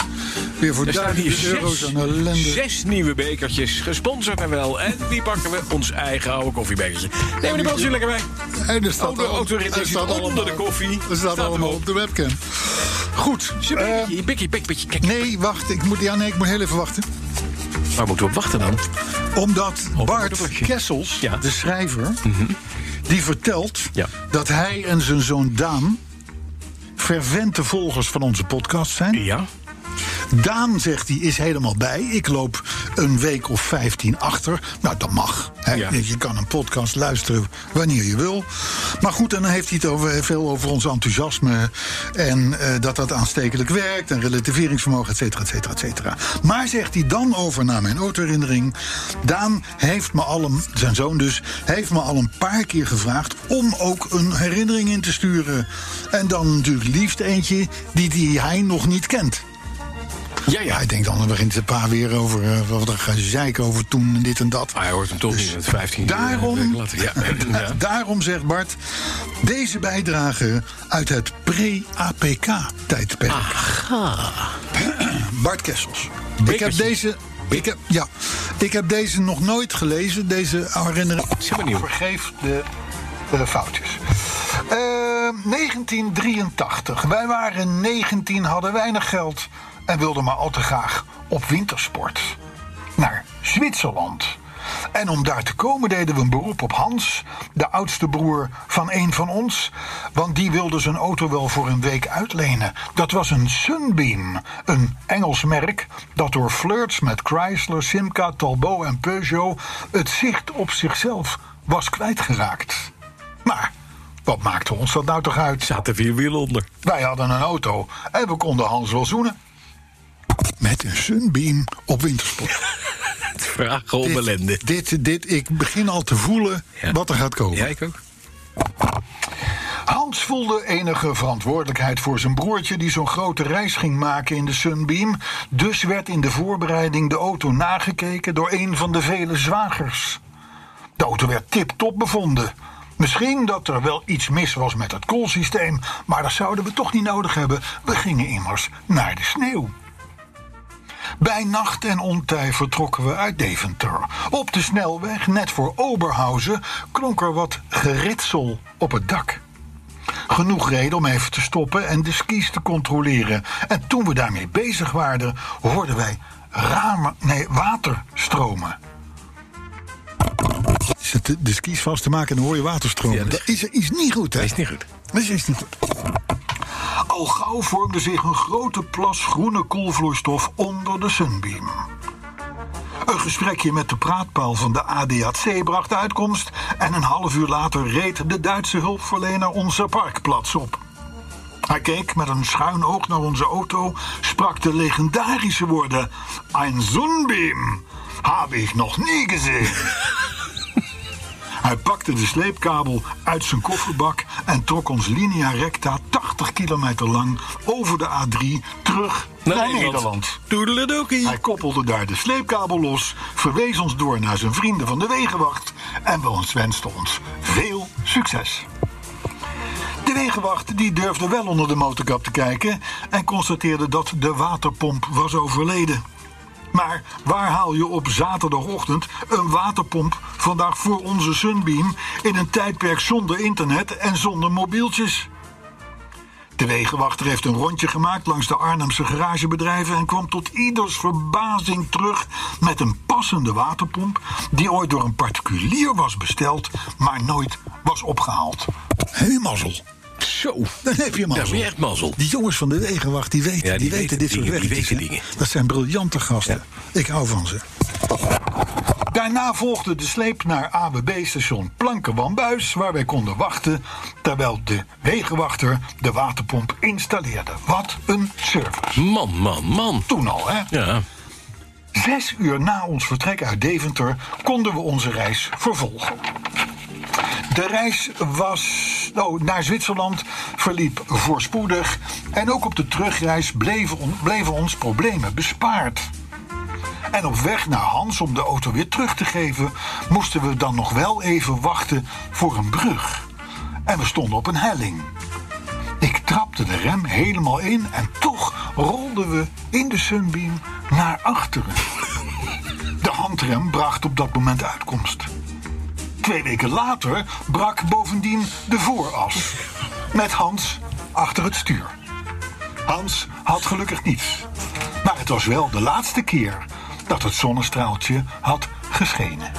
[SPEAKER 2] Weer voor
[SPEAKER 3] Er staan hier
[SPEAKER 2] duizenden euro's
[SPEAKER 3] zes,
[SPEAKER 2] aan ellende.
[SPEAKER 3] zes nieuwe bekertjes, gesponsord en wel. En die pakken we ons eigen oude koffiebekertje. Neem maar die boot lekker bij.
[SPEAKER 2] En er staat
[SPEAKER 3] Oh, de
[SPEAKER 2] al-
[SPEAKER 3] autorit
[SPEAKER 2] er
[SPEAKER 3] is
[SPEAKER 2] staat
[SPEAKER 3] onder de koffie.
[SPEAKER 2] Er staat,
[SPEAKER 3] Staat
[SPEAKER 2] allemaal
[SPEAKER 3] erop.
[SPEAKER 2] op de webcam. Goed. eh,
[SPEAKER 3] Bikkie, bikkie, bikkie, bikkie. Kijk,
[SPEAKER 2] nee, wacht. Ik moet, ja, nee, ik moet heel even wachten.
[SPEAKER 3] waar moeten we op wachten dan?
[SPEAKER 2] Omdat
[SPEAKER 3] een
[SPEAKER 2] Bart
[SPEAKER 3] blokje.
[SPEAKER 2] Kessels,
[SPEAKER 3] Ja. Mhm.
[SPEAKER 2] de schrijver, die vertelt
[SPEAKER 3] Ja.
[SPEAKER 2] dat hij en zijn zoon Daan fervente volgers van onze podcast zijn.
[SPEAKER 3] Ja.
[SPEAKER 2] Daan, zegt hij, is helemaal bij. Ik loop een week of vijftien achter. Nou, dat mag. Hè?
[SPEAKER 3] Ja.
[SPEAKER 2] Je kan een podcast luisteren wanneer je wil. Maar goed, en dan heeft hij het over, veel over ons enthousiasme... en eh, dat dat aanstekelijk werkt en relativeringsvermogen, et cetera, et cetera, et cetera. Maar, zegt hij dan over naar mijn autoherinnering... Daan heeft me al een, zijn zoon dus, heeft me al een paar keer gevraagd... om ook een herinnering in te sturen. En dan natuurlijk liefst eentje die, die hij nog niet kent.
[SPEAKER 3] Ja, ja.
[SPEAKER 2] Maar ik denk dan begint de pa weer over eh, wat een gezeik over toen en dit en dat.
[SPEAKER 3] Maar hij Ah, hoort hem toch niet met 15 jaar
[SPEAKER 2] Dus Daarom,
[SPEAKER 3] later. eh,
[SPEAKER 2] (laughs)
[SPEAKER 3] Ja. (laughs) Ja.
[SPEAKER 2] daarom zegt Bart, deze bijdrage uit het pre-APK-tijdperk. (clears throat) Bart Kessels. Ik heb
[SPEAKER 3] Bekertje.
[SPEAKER 2] deze... Ik heb, ja, ik heb deze nog nooit gelezen, deze herinnering.
[SPEAKER 3] Zijn we nieuw.
[SPEAKER 2] Vergeef de eh, foutjes. Eh, 1983. Wij waren 19, hadden weinig geld en wilden maar al te graag op wintersport. Naar Zwitserland. En om daar te komen deden we een beroep op Hans, de oudste broer van een van ons. Want die wilde zijn auto wel voor een week uitlenen. Dat was een Sunbeam, een Engels merk dat door flirts met Chrysler, Simca, Talbot en Peugeot het zicht op zichzelf was kwijtgeraakt. Maar wat maakte ons dat nou toch uit?
[SPEAKER 3] Zaten vier wielen onder.
[SPEAKER 2] Wij hadden een auto en we konden Hans wel zoenen. Met een Sunbeam op wintersport.
[SPEAKER 3] Het vragen om ellende.
[SPEAKER 2] Dit, dit, dit, ik begin al te voelen
[SPEAKER 3] Ja.
[SPEAKER 2] wat er gaat komen.
[SPEAKER 3] Ja, ik ook.
[SPEAKER 2] Hans voelde enige verantwoordelijkheid voor zijn broertje die zo'n grote reis ging maken in de Sunbeam. Dus werd in de voorbereiding de auto nagekeken door een van de vele zwagers. De auto werd tip-top bevonden. Misschien dat er wel iets mis was met het koelsysteem, maar dat zouden we toch niet nodig hebben. We gingen immers naar de sneeuw. Bij nacht en ontij vertrokken we uit Deventer. Op de snelweg, net voor Oberhausen, klonk er wat geritsel op het dak. Genoeg reden om even te stoppen en de skis te controleren. En toen we daarmee bezig waren, hoorden wij ramen, nee, water stromen. Zet de- de skis vast te maken en dan hoor je water stromen.
[SPEAKER 3] Ja, dat-
[SPEAKER 2] dat is, is niet goed, hè?
[SPEAKER 3] Dat is niet goed.
[SPEAKER 2] Dat is niet goed. Al gauw vormde zich een grote plas groene koelvloeistof onder de Sunbeam. Een gesprekje met de praatpaal van de ADAC bracht uitkomst... en een half uur later reed de Duitse hulpverlener onze parkplaats op. Hij keek met een schuin oog naar onze auto, sprak de legendarische woorden... Ein Sunbeam heb ik nog niet gezien. Hij pakte de sleepkabel uit zijn kofferbak en trok ons linea recta 80 kilometer lang over de A3 terug naar, Nederland.
[SPEAKER 1] Ah,
[SPEAKER 3] Toedeledokie.
[SPEAKER 2] Hij koppelde daar de sleepkabel los, verwees ons door naar zijn vrienden van de Wegenwacht en we ons wensten ons veel succes. De Wegenwacht die durfde wel onder de motorkap te kijken en constateerde dat de waterpomp was overleden. Maar waar haal je op zaterdagochtend een waterpomp vandaag voor onze Sunbeam in een tijdperk zonder internet en zonder mobieltjes? De wegenwachter heeft een rondje gemaakt langs de Arnhemse garagebedrijven en kwam tot ieders verbazing terug met een passende waterpomp die ooit door een particulier was besteld, maar nooit was opgehaald. Hé, mazzel.
[SPEAKER 3] Zo.
[SPEAKER 2] Dan heb je
[SPEAKER 3] Dat is
[SPEAKER 2] mazzel.
[SPEAKER 3] echt mazzel.
[SPEAKER 2] Die jongens van de Wegenwacht, die weten, die
[SPEAKER 3] Ja, die
[SPEAKER 2] weten,
[SPEAKER 3] weten
[SPEAKER 2] dit soort
[SPEAKER 3] dingen, die
[SPEAKER 2] werkjes.
[SPEAKER 3] weten
[SPEAKER 2] hè.
[SPEAKER 3] dingen.
[SPEAKER 2] Dat zijn briljante gasten. Ik hou van ze. Daarna volgde de sleep naar ABB-station Plankenwambuis... waar wij konden wachten terwijl de wegenwachter de waterpomp installeerde. Wat een service.
[SPEAKER 3] Man, man, man.
[SPEAKER 2] Toen al, hè?
[SPEAKER 3] Ja.
[SPEAKER 2] Zes uur na ons vertrek uit Deventer konden we onze reis vervolgen. De reis was, oh, naar Zwitserland verliep voorspoedig en ook op de terugreis bleven, on- bleven ons problemen bespaard. En op weg naar Hans om de auto weer terug te geven, moesten we dan nog wel even wachten voor een brug. En we stonden op een helling. Ik trapte de rem helemaal in en toch rolden we in de Sunbeam naar achteren. De handrem bracht op dat moment uitkomst. Twee weken later brak bovendien de vooras. Met Hans achter het stuur. Hans had gelukkig niets. Maar het was wel de laatste keer dat het zonnestraaltje had geschenen.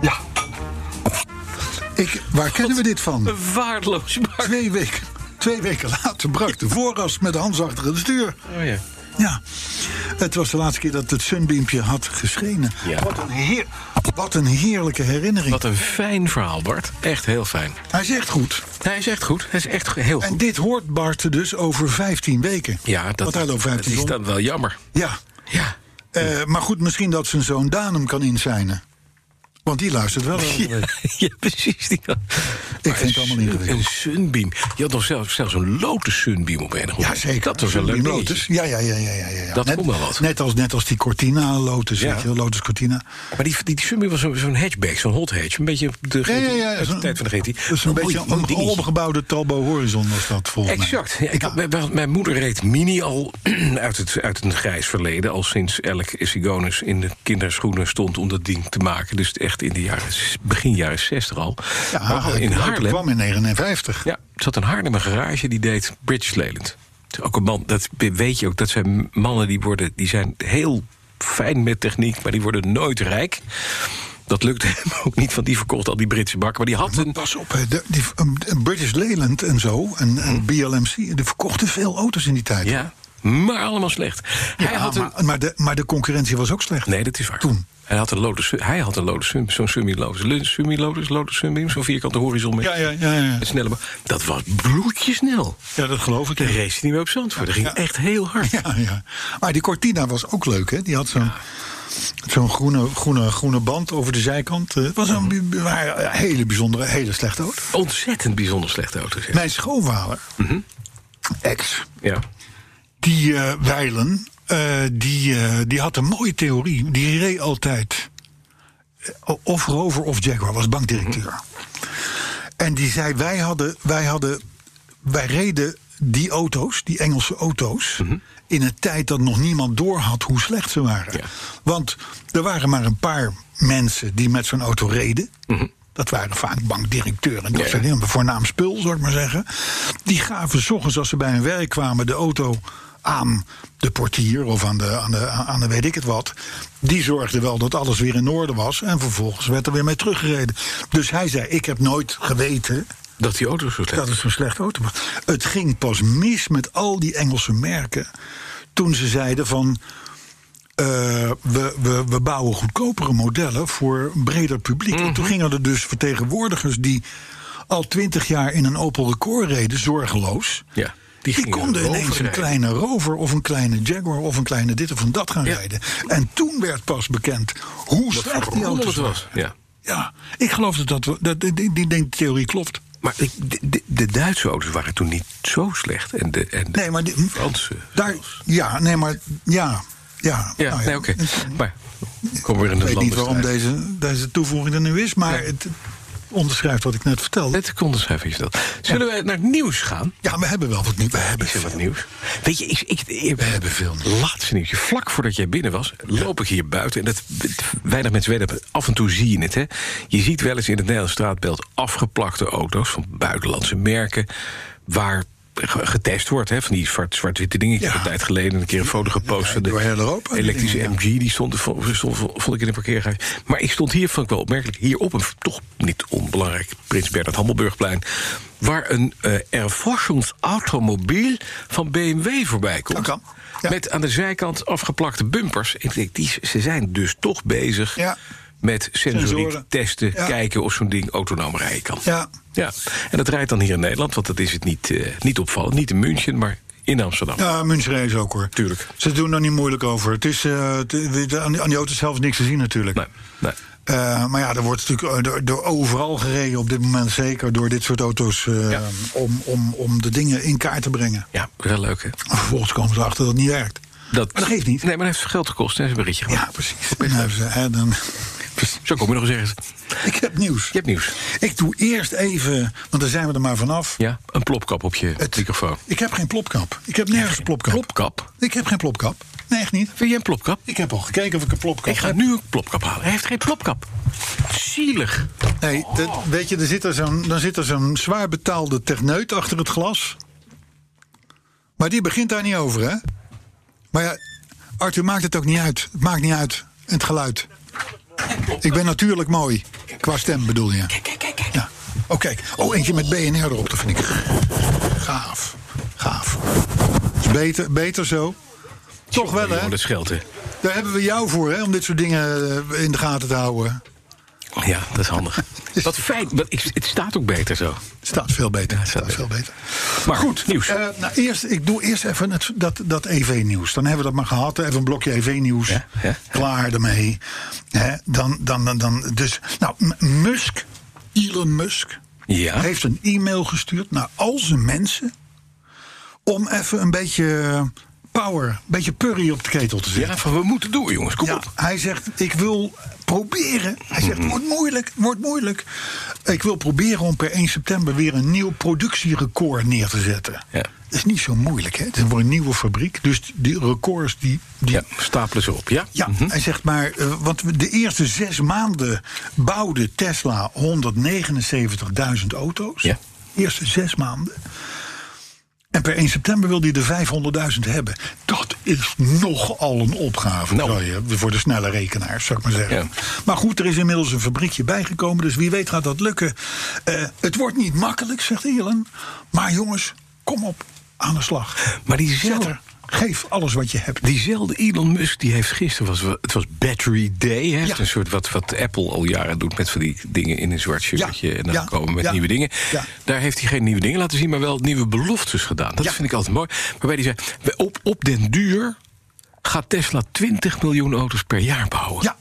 [SPEAKER 2] Ja. Ik, waar kennen we dit van?
[SPEAKER 3] Een Waardeloos maar.
[SPEAKER 2] Twee weken, twee weken later brak de voorras met Hans achter het stuur.
[SPEAKER 3] Oh ja.
[SPEAKER 2] Ja, het was de laatste keer dat het sunbeampje had geschenen.
[SPEAKER 3] Ja.
[SPEAKER 2] Wat, een heer, wat een heerlijke herinnering.
[SPEAKER 3] Wat een fijn verhaal, Bart. Echt heel fijn.
[SPEAKER 2] Hij zegt goed.
[SPEAKER 3] Hij is echt goed. Hij is echt heel
[SPEAKER 2] En
[SPEAKER 3] goed.
[SPEAKER 2] dit hoort Bart dus over 15 weken.
[SPEAKER 3] Ja, dat,
[SPEAKER 2] Want hij loopt
[SPEAKER 3] dat
[SPEAKER 2] 15
[SPEAKER 3] is
[SPEAKER 2] rond.
[SPEAKER 3] dan wel jammer.
[SPEAKER 2] Ja,
[SPEAKER 3] Ja.
[SPEAKER 2] Eh, maar goed, misschien dat zijn zoon Daan hem kan inzijnen. Want die luistert wel. elke
[SPEAKER 3] (laughs) Ja,
[SPEAKER 2] week.
[SPEAKER 3] precies. Die,
[SPEAKER 2] Ik vind het allemaal ingewikkeld.
[SPEAKER 3] Een sunbeam. Je had nog zelfs, zelfs een Lotus sunbeam op enig moment.
[SPEAKER 2] Ja, zeker.
[SPEAKER 3] Dat was een leuk
[SPEAKER 2] Sunbeam
[SPEAKER 3] dingetje.
[SPEAKER 2] Lotus. Ja, ja, ja, ja, ja, ja, ja.
[SPEAKER 3] Dat
[SPEAKER 2] net,
[SPEAKER 3] kon wel wat.
[SPEAKER 2] Net als, net als die Cortina Lotus,
[SPEAKER 3] Ja.
[SPEAKER 2] weet je wel, Lotus Cortina.
[SPEAKER 3] Maar die, die, die Sunbeam was zo- zo'n hatchback, zo'n hot hatch. Een beetje de,
[SPEAKER 2] Ja, ja,
[SPEAKER 3] GT
[SPEAKER 2] ja.
[SPEAKER 3] uit de tijd van de GT.
[SPEAKER 2] Dat is een
[SPEAKER 3] Mooi-
[SPEAKER 2] beetje
[SPEAKER 3] mooi
[SPEAKER 2] een
[SPEAKER 3] dingetje.
[SPEAKER 2] omgebouwde Talbo Horizon was dat volgens mij.
[SPEAKER 3] Exact. Ja, ik had- mijn- mijn, mijn moeder reed Mini al (clears throat) uit, het, uit een grijs verleden. Al sinds Elk Sigonus in de kinderschoenen stond om dat ding te maken. Dus echt in de jaren, begin jaren 60 al.
[SPEAKER 2] Ja,
[SPEAKER 3] Maar al
[SPEAKER 2] hij-
[SPEAKER 3] in
[SPEAKER 2] hij
[SPEAKER 3] Haarlem.
[SPEAKER 2] kwam in 59.
[SPEAKER 3] Ja, er zat een Haarlemmer garage die deed British Leyland. Het is Ook een man, dat weet je ook, dat zijn mannen die worden, die zijn heel fijn met techniek, maar die worden nooit rijk. Dat lukte hem ook niet, want die verkocht al die Britse bakken. Maar die had een.
[SPEAKER 2] Pas op, hè, eh, de- die, een- een British Leyland en zo, en, en BLMC, die verkochten veel auto's in die tijd.
[SPEAKER 3] Mm. Ja, maar allemaal slecht.
[SPEAKER 2] Ja,
[SPEAKER 3] Hij had een.
[SPEAKER 2] maar, maar, de, maar de concurrentie was ook slecht.
[SPEAKER 3] Nee, dat is waar.
[SPEAKER 2] Toen.
[SPEAKER 3] Hij had een Lotus, hij had een Lotus, Sun- zo'n Summy Lotus. Lu- Summy Lotus, Lotus Sunbeam, zo'n vierkante horizon met
[SPEAKER 2] Ja, ja, ja, ja.
[SPEAKER 3] een snelle baan. Dat was bloedjesnel.
[SPEAKER 2] ja dat geloof ik.
[SPEAKER 3] De
[SPEAKER 2] ja.
[SPEAKER 3] race die niet meer op zand voor. Dat ging
[SPEAKER 2] Ja.
[SPEAKER 3] echt heel hard.
[SPEAKER 2] Ja, ja. Maar die Cortina was ook leuk, hè? Die had zo'n zo'n groene, groene, groene band over de zijkant. Eh, Het was
[SPEAKER 3] Mhm.
[SPEAKER 2] een bi- bi- waren een hele bijzondere, hele slechte auto.
[SPEAKER 3] Ontzettend bijzonder slechte auto's. ja. Mhm.
[SPEAKER 2] Mijn schoonvader, ex,
[SPEAKER 3] Ja.
[SPEAKER 2] die eh, Weilen, eh, die, eh, die had een mooie theorie. Die reed altijd eh, of Rover of Jaguar, was bankdirecteur. En die zei, wij hadden, wij hadden, wij reden die auto's, die Engelse auto's...
[SPEAKER 3] Mhm.
[SPEAKER 2] in een tijd dat nog niemand door had hoe slecht ze waren.
[SPEAKER 3] Ja.
[SPEAKER 2] Want er waren maar een paar mensen die met zo'n auto reden... Dat waren vaak bankdirecteuren. en Dat
[SPEAKER 3] Mhm. Ja.
[SPEAKER 2] soort dingen, voornaam spul, zou ik maar zeggen. Die gaven s ochtends als ze bij hun werk kwamen de auto aan de portier of aan de, aan de, aan de weet ik het wat. Die zorgde wel dat alles weer in orde was. En vervolgens werd er weer mee teruggereden. Dus hij zei, ik heb nooit geweten
[SPEAKER 3] Dat die auto's zo slecht
[SPEAKER 2] dat het zo'n slechte auto was. Het ging pas mis met al die Engelse merken. Toen ze zeiden van. eh, we, we, we bouwen goedkopere modellen voor een breder publiek. En
[SPEAKER 3] Mhm.
[SPEAKER 2] toen gingen er dus vertegenwoordigers die al twintig jaar in een Opel Record reden, zorgeloos.
[SPEAKER 3] Ja,
[SPEAKER 2] Die,
[SPEAKER 3] die gingen
[SPEAKER 2] konden
[SPEAKER 3] erover
[SPEAKER 2] ineens een
[SPEAKER 3] rijden.
[SPEAKER 2] kleine Rover of een kleine Jaguar of een kleine dit of een dat gaan
[SPEAKER 3] Ja.
[SPEAKER 2] rijden. En toen werd pas bekend hoe slecht die
[SPEAKER 3] verrommeld
[SPEAKER 2] auto's
[SPEAKER 3] het
[SPEAKER 2] was.
[SPEAKER 3] Ja.
[SPEAKER 2] Ja, ik geloof dat, dat, we- dat die, die, die denk- theorie klopt.
[SPEAKER 3] Maar ik- de, de, de Duitse auto's waren toen niet zo slecht. En de, en de
[SPEAKER 2] Nee, maar die,
[SPEAKER 3] Franse.
[SPEAKER 2] daar,
[SPEAKER 3] zelfs.
[SPEAKER 2] ja, nee, maar ja, ja.
[SPEAKER 3] Ja,
[SPEAKER 2] nou
[SPEAKER 3] nee, oké. Maar ik kom weer in
[SPEAKER 2] Ik
[SPEAKER 3] het
[SPEAKER 2] weet niet
[SPEAKER 3] land.
[SPEAKER 2] waarom deze, deze toevoeging er nu is, maar
[SPEAKER 3] Ja.
[SPEAKER 2] het onderschrijft wat ik net vertelde.
[SPEAKER 3] Net konden schrijven is dat. Zullen we naar het nieuws gaan?
[SPEAKER 2] Ja, we hebben wel wat nieuws. We hebben
[SPEAKER 3] Is er wat nieuws? Weet je, ik, ik, ik-
[SPEAKER 2] We hebben veel nieuws.
[SPEAKER 3] Laatste nieuwtje. Vlak voordat jij binnen was, loop ik hier buiten. En dat, weinig mensen weten, dat, af en toe zie je het. Hè? Je ziet wel eens in het Nederlands straatbeeld afgeplakte auto's van buitenlandse merken. Waar ge- getest wordt, hè? van die zwart- zwart-witte dingen. Ik heb
[SPEAKER 2] Ja.
[SPEAKER 3] een tijd geleden een keer een foto gepost
[SPEAKER 2] Ja,
[SPEAKER 3] van de
[SPEAKER 2] door heel Europa, die
[SPEAKER 3] elektrische
[SPEAKER 2] dingen,
[SPEAKER 3] MG. Die stond, er vol- stond, vond ik in de parkeergarage. Maar ik stond hier, vond ik wel opmerkelijk, hier op een toch niet onbelangrijk Prins Bernhard Hammelburgplein. Waar een eh erforschungsautomobiel van BMW voorbij komt.
[SPEAKER 2] Dat kan, ja.
[SPEAKER 3] Met aan de zijkant afgeplakte bumpers. Ik denk, die, ze zijn dus toch bezig
[SPEAKER 2] Ja.
[SPEAKER 3] met sensoriek
[SPEAKER 2] Sensoren.
[SPEAKER 3] testen,
[SPEAKER 2] Ja.
[SPEAKER 3] kijken of zo'n ding autonoom rijden kan.
[SPEAKER 2] Ja.
[SPEAKER 3] ja. En dat rijdt dan hier in Nederland, want dat is het niet, eh, niet opvallend. Niet in München, maar in Amsterdam.
[SPEAKER 2] Ja, München is ook hoor.
[SPEAKER 3] Tuurlijk.
[SPEAKER 2] Ze doen er niet moeilijk over. Het is, eh, het- het- aan die aan die auto's zelf is niks te zien natuurlijk.
[SPEAKER 3] Nee, nee.
[SPEAKER 2] Eh, maar ja, er wordt natuurlijk eh, door, door overal gereden op dit moment. Zeker door dit soort auto's eh,
[SPEAKER 3] Ja.
[SPEAKER 2] om, om, om de dingen in kaart te brengen.
[SPEAKER 3] Ja, wel leuk hè.
[SPEAKER 2] Maar Vervolgens komen ze erachter dat het niet werkt.
[SPEAKER 3] Dat,
[SPEAKER 2] Maar dat geeft niet.
[SPEAKER 3] Nee, maar dat heeft geld gekost. Hij is een berichtje gemaakt.
[SPEAKER 2] Ja, precies.
[SPEAKER 3] (laughs)
[SPEAKER 2] Nou, ze- hè, dan,
[SPEAKER 3] Zo kom je nog eens ergens.
[SPEAKER 2] ik heb nieuws.
[SPEAKER 3] Je hebt nieuws.
[SPEAKER 2] Ik doe eerst even, want dan zijn we er maar vanaf.
[SPEAKER 3] Ja, een plopkap op je
[SPEAKER 2] Het-
[SPEAKER 3] microfoon.
[SPEAKER 2] Ik heb geen plopkap. Ik heb nergens plopkap.
[SPEAKER 3] Plopkap?
[SPEAKER 2] Ik heb geen plopkap. Nee, echt niet.
[SPEAKER 3] Vind jij een plopkap?
[SPEAKER 2] Ik heb al gekeken of ik een plopkap
[SPEAKER 3] Ik ga nu een plopkap halen. Hij heeft geen plopkap. Zielig.
[SPEAKER 2] heb. Nee, dat- weet je, er zit er zo'n, dan zit er zo'n zwaar betaalde techneut achter het glas. Maar die begint daar niet over, hè? Maar ja, Arthur maakt het ook niet uit. Het maakt niet uit. En het geluid. Ik ben natuurlijk mooi. Qua stem bedoel je. Kijk, kijk, kijk. Ja. Oh, kijk. Oh, eentje met BNR erop. Dat vind ik gaaf. Gaaf. Is beter, beter zo. Toch wel, hè?
[SPEAKER 3] Jongen, dat scheelt, hè?
[SPEAKER 2] Daar hebben we jou voor, hè? Om dit soort dingen eh, in de gaten te houden.
[SPEAKER 3] Ja, dat is
[SPEAKER 2] (laughs)
[SPEAKER 3] handig. Wat fijn. Wat, ik, het staat ook beter zo.
[SPEAKER 2] Het staat veel beter. het
[SPEAKER 3] staat
[SPEAKER 2] staat veel beter.
[SPEAKER 3] Maar goed, nieuws.
[SPEAKER 2] Eh, nou, eerst, ik doe eerst even het, dat, dat EV-nieuws. Dan hebben we dat maar gehad. Even een blokje EV-nieuws.
[SPEAKER 3] Ja, ja.
[SPEAKER 2] Klaar ermee. Hè, dan, dan, dan, dan, dus, nou, M- Musk, Elon Musk,
[SPEAKER 3] Ja.
[SPEAKER 2] heeft een e-mail gestuurd naar al zijn mensen. om even een beetje power, een beetje purry op de ketel te zetten.
[SPEAKER 3] Ja, van we moeten door, jongens. Kom
[SPEAKER 2] Ja,
[SPEAKER 3] op. Mhm.
[SPEAKER 2] hij zegt, ik wil proberen. Hij zegt, het wordt moeilijk, het wordt moeilijk. Ik wil proberen om per 1 september weer een nieuw productierecord neer te zetten.
[SPEAKER 3] Ja.
[SPEAKER 2] Dat is niet zo moeilijk, hè? Het is voor een nieuwe fabriek. Dus die records, die, die
[SPEAKER 3] Ja, stapelen ze op, ja?
[SPEAKER 2] ja,
[SPEAKER 3] Mhm.
[SPEAKER 2] hij zegt maar, eh, want we- de eerste zes maanden bouwde Tesla 179.000 auto's.
[SPEAKER 3] Ja.
[SPEAKER 2] Eerste zes maanden. En per 1 september wil hij er 500.000 hebben. Dat is nogal een opgave
[SPEAKER 3] Nou.
[SPEAKER 2] zou je, voor de snelle rekenaars, zou ik maar zeggen.
[SPEAKER 3] Ja.
[SPEAKER 2] Maar goed, er is inmiddels een fabriekje bijgekomen, dus wie weet gaat dat lukken. Eh, het wordt niet makkelijk, zegt Elon. Maar jongens, kom op, aan de slag.
[SPEAKER 3] Maar
[SPEAKER 2] Zet
[SPEAKER 3] diezelfde,
[SPEAKER 2] er, geef alles wat je hebt.
[SPEAKER 3] diezelfde Elon Musk, die heeft gisteren... Was, het was Battery Day, hè? Het is
[SPEAKER 2] Ja.
[SPEAKER 3] Een soort wat, wat Apple al jaren doet met van die dingen in een zwart shirtje...
[SPEAKER 2] Ja,
[SPEAKER 3] en dan
[SPEAKER 2] ja,
[SPEAKER 3] komen met
[SPEAKER 2] ja,
[SPEAKER 3] nieuwe dingen.
[SPEAKER 2] ja.
[SPEAKER 3] Daar heeft hij geen nieuwe dingen laten zien, maar wel nieuwe beloftes gedaan. Dat
[SPEAKER 2] Ja.
[SPEAKER 3] vind ik altijd mooi. Waarbij hij zei, we- op, op den duur gaat Tesla 20 miljoen auto's per jaar bouwen.
[SPEAKER 2] Ja.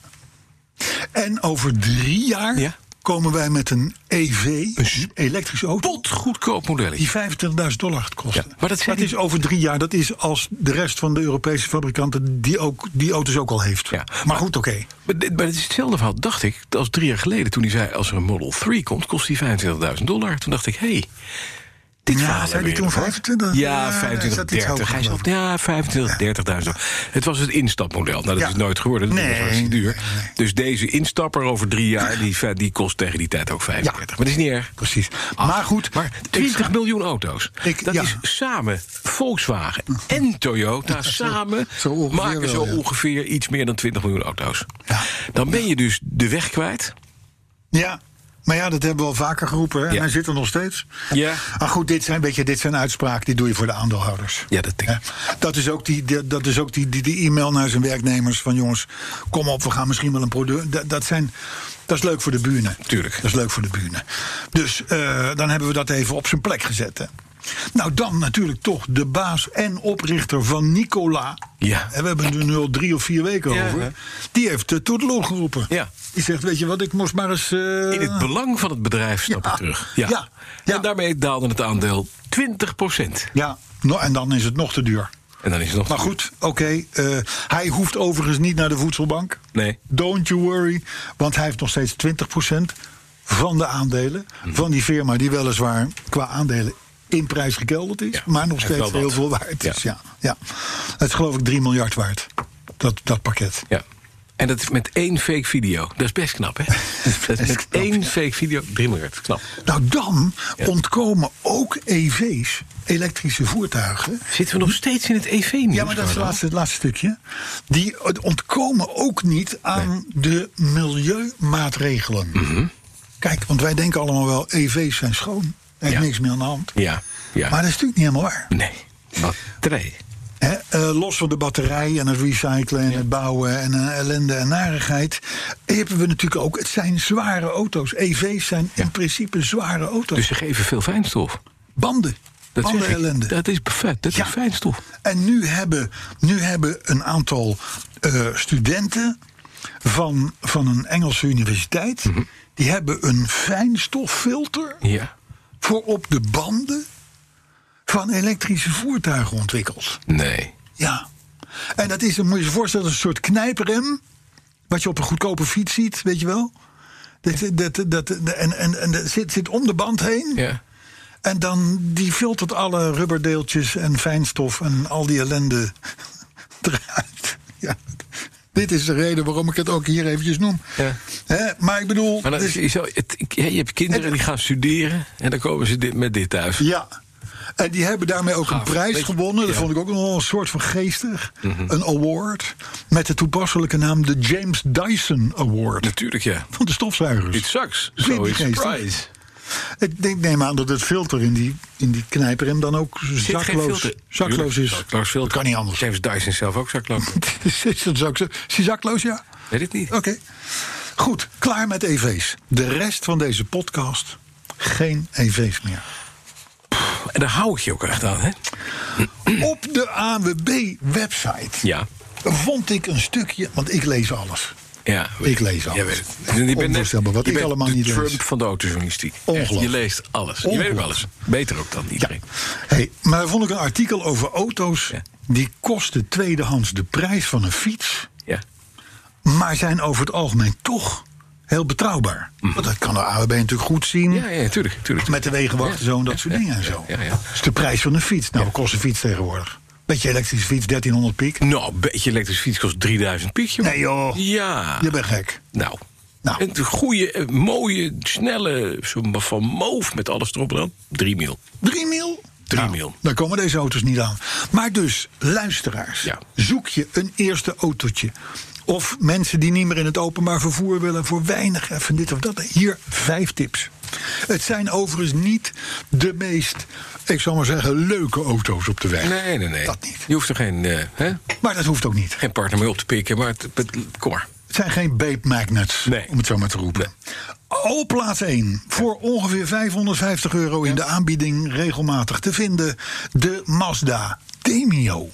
[SPEAKER 2] En over drie jaar
[SPEAKER 3] Ja.
[SPEAKER 2] komen wij met een EV, een elektrische auto,
[SPEAKER 3] Pot goedkoop
[SPEAKER 2] die
[SPEAKER 3] modelletje.
[SPEAKER 2] 25.000 dollar gaat kosten.
[SPEAKER 3] Ja, maar dat zei
[SPEAKER 2] is
[SPEAKER 3] die-
[SPEAKER 2] over drie jaar. Dat is als de rest van de Europese fabrikanten die, ook, die auto's ook al heeft.
[SPEAKER 3] Ja,
[SPEAKER 2] maar,
[SPEAKER 3] maar-
[SPEAKER 2] goed, oké.
[SPEAKER 3] Maar, dit, maar het is hetzelfde verhaal, dacht ik, als drie jaar geleden... toen hij zei, als er een Model 3 komt, kost die 25.000 dollar. Toen dacht ik, hé, hey, dit verhaal
[SPEAKER 2] Ja,
[SPEAKER 3] hebben
[SPEAKER 2] zei
[SPEAKER 3] we
[SPEAKER 2] die toen
[SPEAKER 3] eerder gehoord.
[SPEAKER 2] 25?
[SPEAKER 3] Ja,
[SPEAKER 2] daar zat
[SPEAKER 3] 25,
[SPEAKER 2] iets
[SPEAKER 3] 30.
[SPEAKER 2] hoger
[SPEAKER 3] Hij
[SPEAKER 2] dan.
[SPEAKER 3] zat, ja, 25, 30.000. Het was het instapmodel. Nou, dat
[SPEAKER 2] Ja.
[SPEAKER 3] is nooit geworden. Dat was
[SPEAKER 2] Nee,
[SPEAKER 3] hartstikke duur.
[SPEAKER 2] nee, nee.
[SPEAKER 3] Dus deze instapper over drie jaar, die, fe- die kost tegen die tijd ook 35.
[SPEAKER 2] Ja.
[SPEAKER 3] Maar dat is niet erg.
[SPEAKER 2] Precies.
[SPEAKER 3] Ach,
[SPEAKER 2] maar goed,
[SPEAKER 3] maar
[SPEAKER 2] ik
[SPEAKER 3] 20
[SPEAKER 2] ga-
[SPEAKER 3] miljoen auto's.
[SPEAKER 2] Ik-
[SPEAKER 3] dat
[SPEAKER 2] ja.
[SPEAKER 3] is samen Volkswagen en Toyota. Samen
[SPEAKER 2] zo ongeveer
[SPEAKER 3] maken zo
[SPEAKER 2] wel, ja.
[SPEAKER 3] ongeveer iets meer dan 20 miljoen auto's.
[SPEAKER 2] Ja.
[SPEAKER 3] Dan ben je dus de weg kwijt.
[SPEAKER 2] Ja, maar ja, dat hebben we al vaker geroepen. Hè? En
[SPEAKER 3] Ja.
[SPEAKER 2] hij zit er nog steeds.
[SPEAKER 3] Ja.
[SPEAKER 2] Maar goed, dit zijn, weet je, dit zijn uitspraken die doe je voor de aandeelhouders.
[SPEAKER 3] Ja, dat denk ik.
[SPEAKER 2] Hè? Dat is ook die, die- dat is ook die, die, die e-mail naar zijn werknemers van jongens, kom op, we gaan misschien wel een product. Dat, dat, zijn, dat is leuk voor de buren.
[SPEAKER 3] Tuurlijk.
[SPEAKER 2] Dat is leuk voor de buren. Dus eh, dan hebben we dat even op zijn plek gezet. Hè? Nou, dan natuurlijk toch de baas en oprichter van Nicola.
[SPEAKER 3] Ja.
[SPEAKER 2] En we hebben er nu al drie of vier weken
[SPEAKER 3] Ja, hè?
[SPEAKER 2] over. Die heeft de toedeloe geroepen.
[SPEAKER 3] Ja.
[SPEAKER 2] Die zegt, weet je wat, ik moest maar eens... eh,
[SPEAKER 3] In het belang van het bedrijf stap
[SPEAKER 2] Ja.
[SPEAKER 3] ik terug.
[SPEAKER 2] Ja. Ja.
[SPEAKER 3] En daarmee daalde het aandeel 20
[SPEAKER 2] Ja, nou, en dan is het nog te duur.
[SPEAKER 3] En dan is het nog...
[SPEAKER 2] Maar goed, oké. eh, hij hoeft overigens niet naar de voedselbank.
[SPEAKER 3] Nee.
[SPEAKER 2] Don't you worry, want hij heeft nog steeds 20% van de aandelen.
[SPEAKER 3] Mhm.
[SPEAKER 2] Van die firma die weliswaar qua aandelen in prijs gekelderd is.
[SPEAKER 3] Ja,
[SPEAKER 2] maar nog
[SPEAKER 3] heeft wel
[SPEAKER 2] steeds heel
[SPEAKER 3] wat.
[SPEAKER 2] veel waard
[SPEAKER 3] Ja.
[SPEAKER 2] is. Ja. Ja. Het is geloof ik 3 miljard waard, dat, dat pakket.
[SPEAKER 3] Ja. En dat is met één fake video. (laughs) Dat is best knap, hè? Dat is
[SPEAKER 2] best
[SPEAKER 3] met
[SPEAKER 2] knap,
[SPEAKER 3] één fake video 3 miljard. Knap.
[SPEAKER 2] Nou, dan
[SPEAKER 3] Ja.
[SPEAKER 2] ontkomen ook EV's, elektrische voertuigen...
[SPEAKER 3] Zitten we nog steeds in het E EV-nieuws?
[SPEAKER 2] Ja, maar dat is het laatste, het laatste stukje. Die ontkomen ook niet aan de milieumaatregelen.
[SPEAKER 3] Mhm.
[SPEAKER 2] Kijk, want wij denken allemaal wel, EV's zijn schoon. Er is
[SPEAKER 3] Ja.
[SPEAKER 2] niks meer aan de hand.
[SPEAKER 3] Ja, ja.
[SPEAKER 2] Maar dat is natuurlijk niet helemaal waar.
[SPEAKER 3] Nee. Wat? Twee.
[SPEAKER 2] Hè, eh, los van de batterij en het recyclen en het bouwen en eh, ellende en narigheid. Hebben we natuurlijk ook, het zijn zware auto's. EV's zijn in principe zware auto's.
[SPEAKER 3] Dus ze geven veel fijnstof.
[SPEAKER 2] banden.
[SPEAKER 3] Dat
[SPEAKER 2] banden
[SPEAKER 3] zeg ik.
[SPEAKER 2] ellende.
[SPEAKER 3] Dat is vet. Dat
[SPEAKER 2] Ja.
[SPEAKER 3] is fijnstof.
[SPEAKER 2] En nu hebben, nu hebben een aantal eh, studenten van, van een Engelse universiteit. die hebben een fijnstoffilter
[SPEAKER 3] Mhm. Ja.
[SPEAKER 2] voor op de banden van elektrische voertuigen ontwikkeld.
[SPEAKER 3] Nee.
[SPEAKER 2] Ja. En dat is, moet je je voorstellen, dat is een soort knijprem. wat je op een goedkope fiets ziet, weet je wel. Dat, dat, dat, en en, en dat zit, zit om de band heen.
[SPEAKER 3] Ja.
[SPEAKER 2] En dan die filtert alle rubberdeeltjes en fijnstof en al die ellende (laughs) eruit. Ja. Dit is de reden waarom ik het ook hier eventjes noem.
[SPEAKER 3] Ja.
[SPEAKER 2] Hè, maar ik bedoel...
[SPEAKER 3] Maar dat
[SPEAKER 2] dus-
[SPEAKER 3] is, je, zou- het, ik- ja, je hebt kinderen die gaan studeren en dan komen ze dit, met dit thuis.
[SPEAKER 2] ja. En die hebben daarmee ook
[SPEAKER 3] Gaaf.
[SPEAKER 2] een prijs
[SPEAKER 3] Weet je-
[SPEAKER 2] gewonnen. Dat
[SPEAKER 3] ja. Mhm.
[SPEAKER 2] vond ik ook nog wel een soort van geestig. Een award met de toepasselijke naam de James Dyson Award.
[SPEAKER 3] Natuurlijk, ja.
[SPEAKER 2] Van de stofzuigers.
[SPEAKER 3] Dit sucks.
[SPEAKER 2] Vind je
[SPEAKER 3] So is
[SPEAKER 2] geestig?
[SPEAKER 3] surprise.
[SPEAKER 2] Ik denk, neem aan dat het filter in die, in die knijper dan ook
[SPEAKER 3] Zit geen
[SPEAKER 2] zakloos,
[SPEAKER 3] filter.
[SPEAKER 2] zakloos is.
[SPEAKER 3] Zakloos filter.
[SPEAKER 2] Dat kan niet (laughs) anders.
[SPEAKER 3] James Dyson is zelf ook
[SPEAKER 2] (laughs)
[SPEAKER 3] zakloos.
[SPEAKER 2] is dat zo? Is hij zakloos, ja?
[SPEAKER 3] Weet ik niet.
[SPEAKER 2] Oké. Goed, klaar met EV's. De rest van deze podcast, geen EV's meer. (clears throat)
[SPEAKER 3] En daar hou ik je ook echt aan, hè?
[SPEAKER 2] Op de AWB-website
[SPEAKER 3] Ja.
[SPEAKER 2] vond ik een stukje, want ik lees alles.
[SPEAKER 3] Ja,
[SPEAKER 2] Ik lees alles.
[SPEAKER 3] Jij weet het.
[SPEAKER 2] Echt onvoorstelbaar wat
[SPEAKER 3] je
[SPEAKER 2] ik
[SPEAKER 3] bent
[SPEAKER 2] allemaal
[SPEAKER 3] de
[SPEAKER 2] niet
[SPEAKER 3] Trump
[SPEAKER 2] lees.
[SPEAKER 3] van de autojournalistiek. Echt, Je
[SPEAKER 2] Ongelooflijk.
[SPEAKER 3] leest alles. Je weet ook alles.
[SPEAKER 2] Ongelooflijk.
[SPEAKER 3] Beter ook dan iedereen.
[SPEAKER 2] Hey, maar daar vond ik een artikel over auto's.
[SPEAKER 3] Ja.
[SPEAKER 2] Die kosten tweedehands de prijs van een fiets.
[SPEAKER 3] Ja.
[SPEAKER 2] Maar zijn over het algemeen toch heel betrouwbaar. Want dat kan de AWB natuurlijk goed zien.
[SPEAKER 3] Mhm. Ja, ja, tuurlijk. tuurlijk.
[SPEAKER 2] Met de wegenwacht,
[SPEAKER 3] Ja,
[SPEAKER 2] zo en dat
[SPEAKER 3] ja,
[SPEAKER 2] soort
[SPEAKER 3] ja,
[SPEAKER 2] dingen en
[SPEAKER 3] ja,
[SPEAKER 2] zo.
[SPEAKER 3] ja, ja.
[SPEAKER 2] Dat is de prijs van een fiets. Nou, wat kost een fiets tegenwoordig? Beetje elektrische fiets, 1300 piek.
[SPEAKER 3] Nou, een beetje elektrische fiets kost 3000 piek, joh.
[SPEAKER 2] Nee joh,
[SPEAKER 3] Ja.
[SPEAKER 2] je bent gek.
[SPEAKER 3] Nou.
[SPEAKER 2] Nou.
[SPEAKER 3] Een goede, eh, mooie, snelle, zo'n van moof met alles erop en dan. 3 mil.
[SPEAKER 2] 3 mil?
[SPEAKER 3] 3
[SPEAKER 2] Nou,
[SPEAKER 3] mil.
[SPEAKER 2] Daar komen deze auto's niet aan. Maar dus, luisteraars,
[SPEAKER 3] Ja.
[SPEAKER 2] zoek je een eerste autootje. Of mensen die niet meer in het openbaar vervoer willen voor weinig even dit of dat. Hier vijf tips. Het zijn overigens niet de meest, ik zal maar zeggen, leuke auto's op de weg.
[SPEAKER 3] Nee, nee, nee.
[SPEAKER 2] Dat niet.
[SPEAKER 3] Je hoeft er geen, eh, hè?
[SPEAKER 2] Maar dat hoeft ook niet.
[SPEAKER 3] geen partner mee op te pikken, maar het, het- kom maar.
[SPEAKER 2] Het zijn geen babe magnets,
[SPEAKER 3] Nee.
[SPEAKER 2] om het zo maar te roepen. Op plaats 1, voor ongeveer 550 euro in de aanbieding regelmatig te vinden... de Mazda Demio.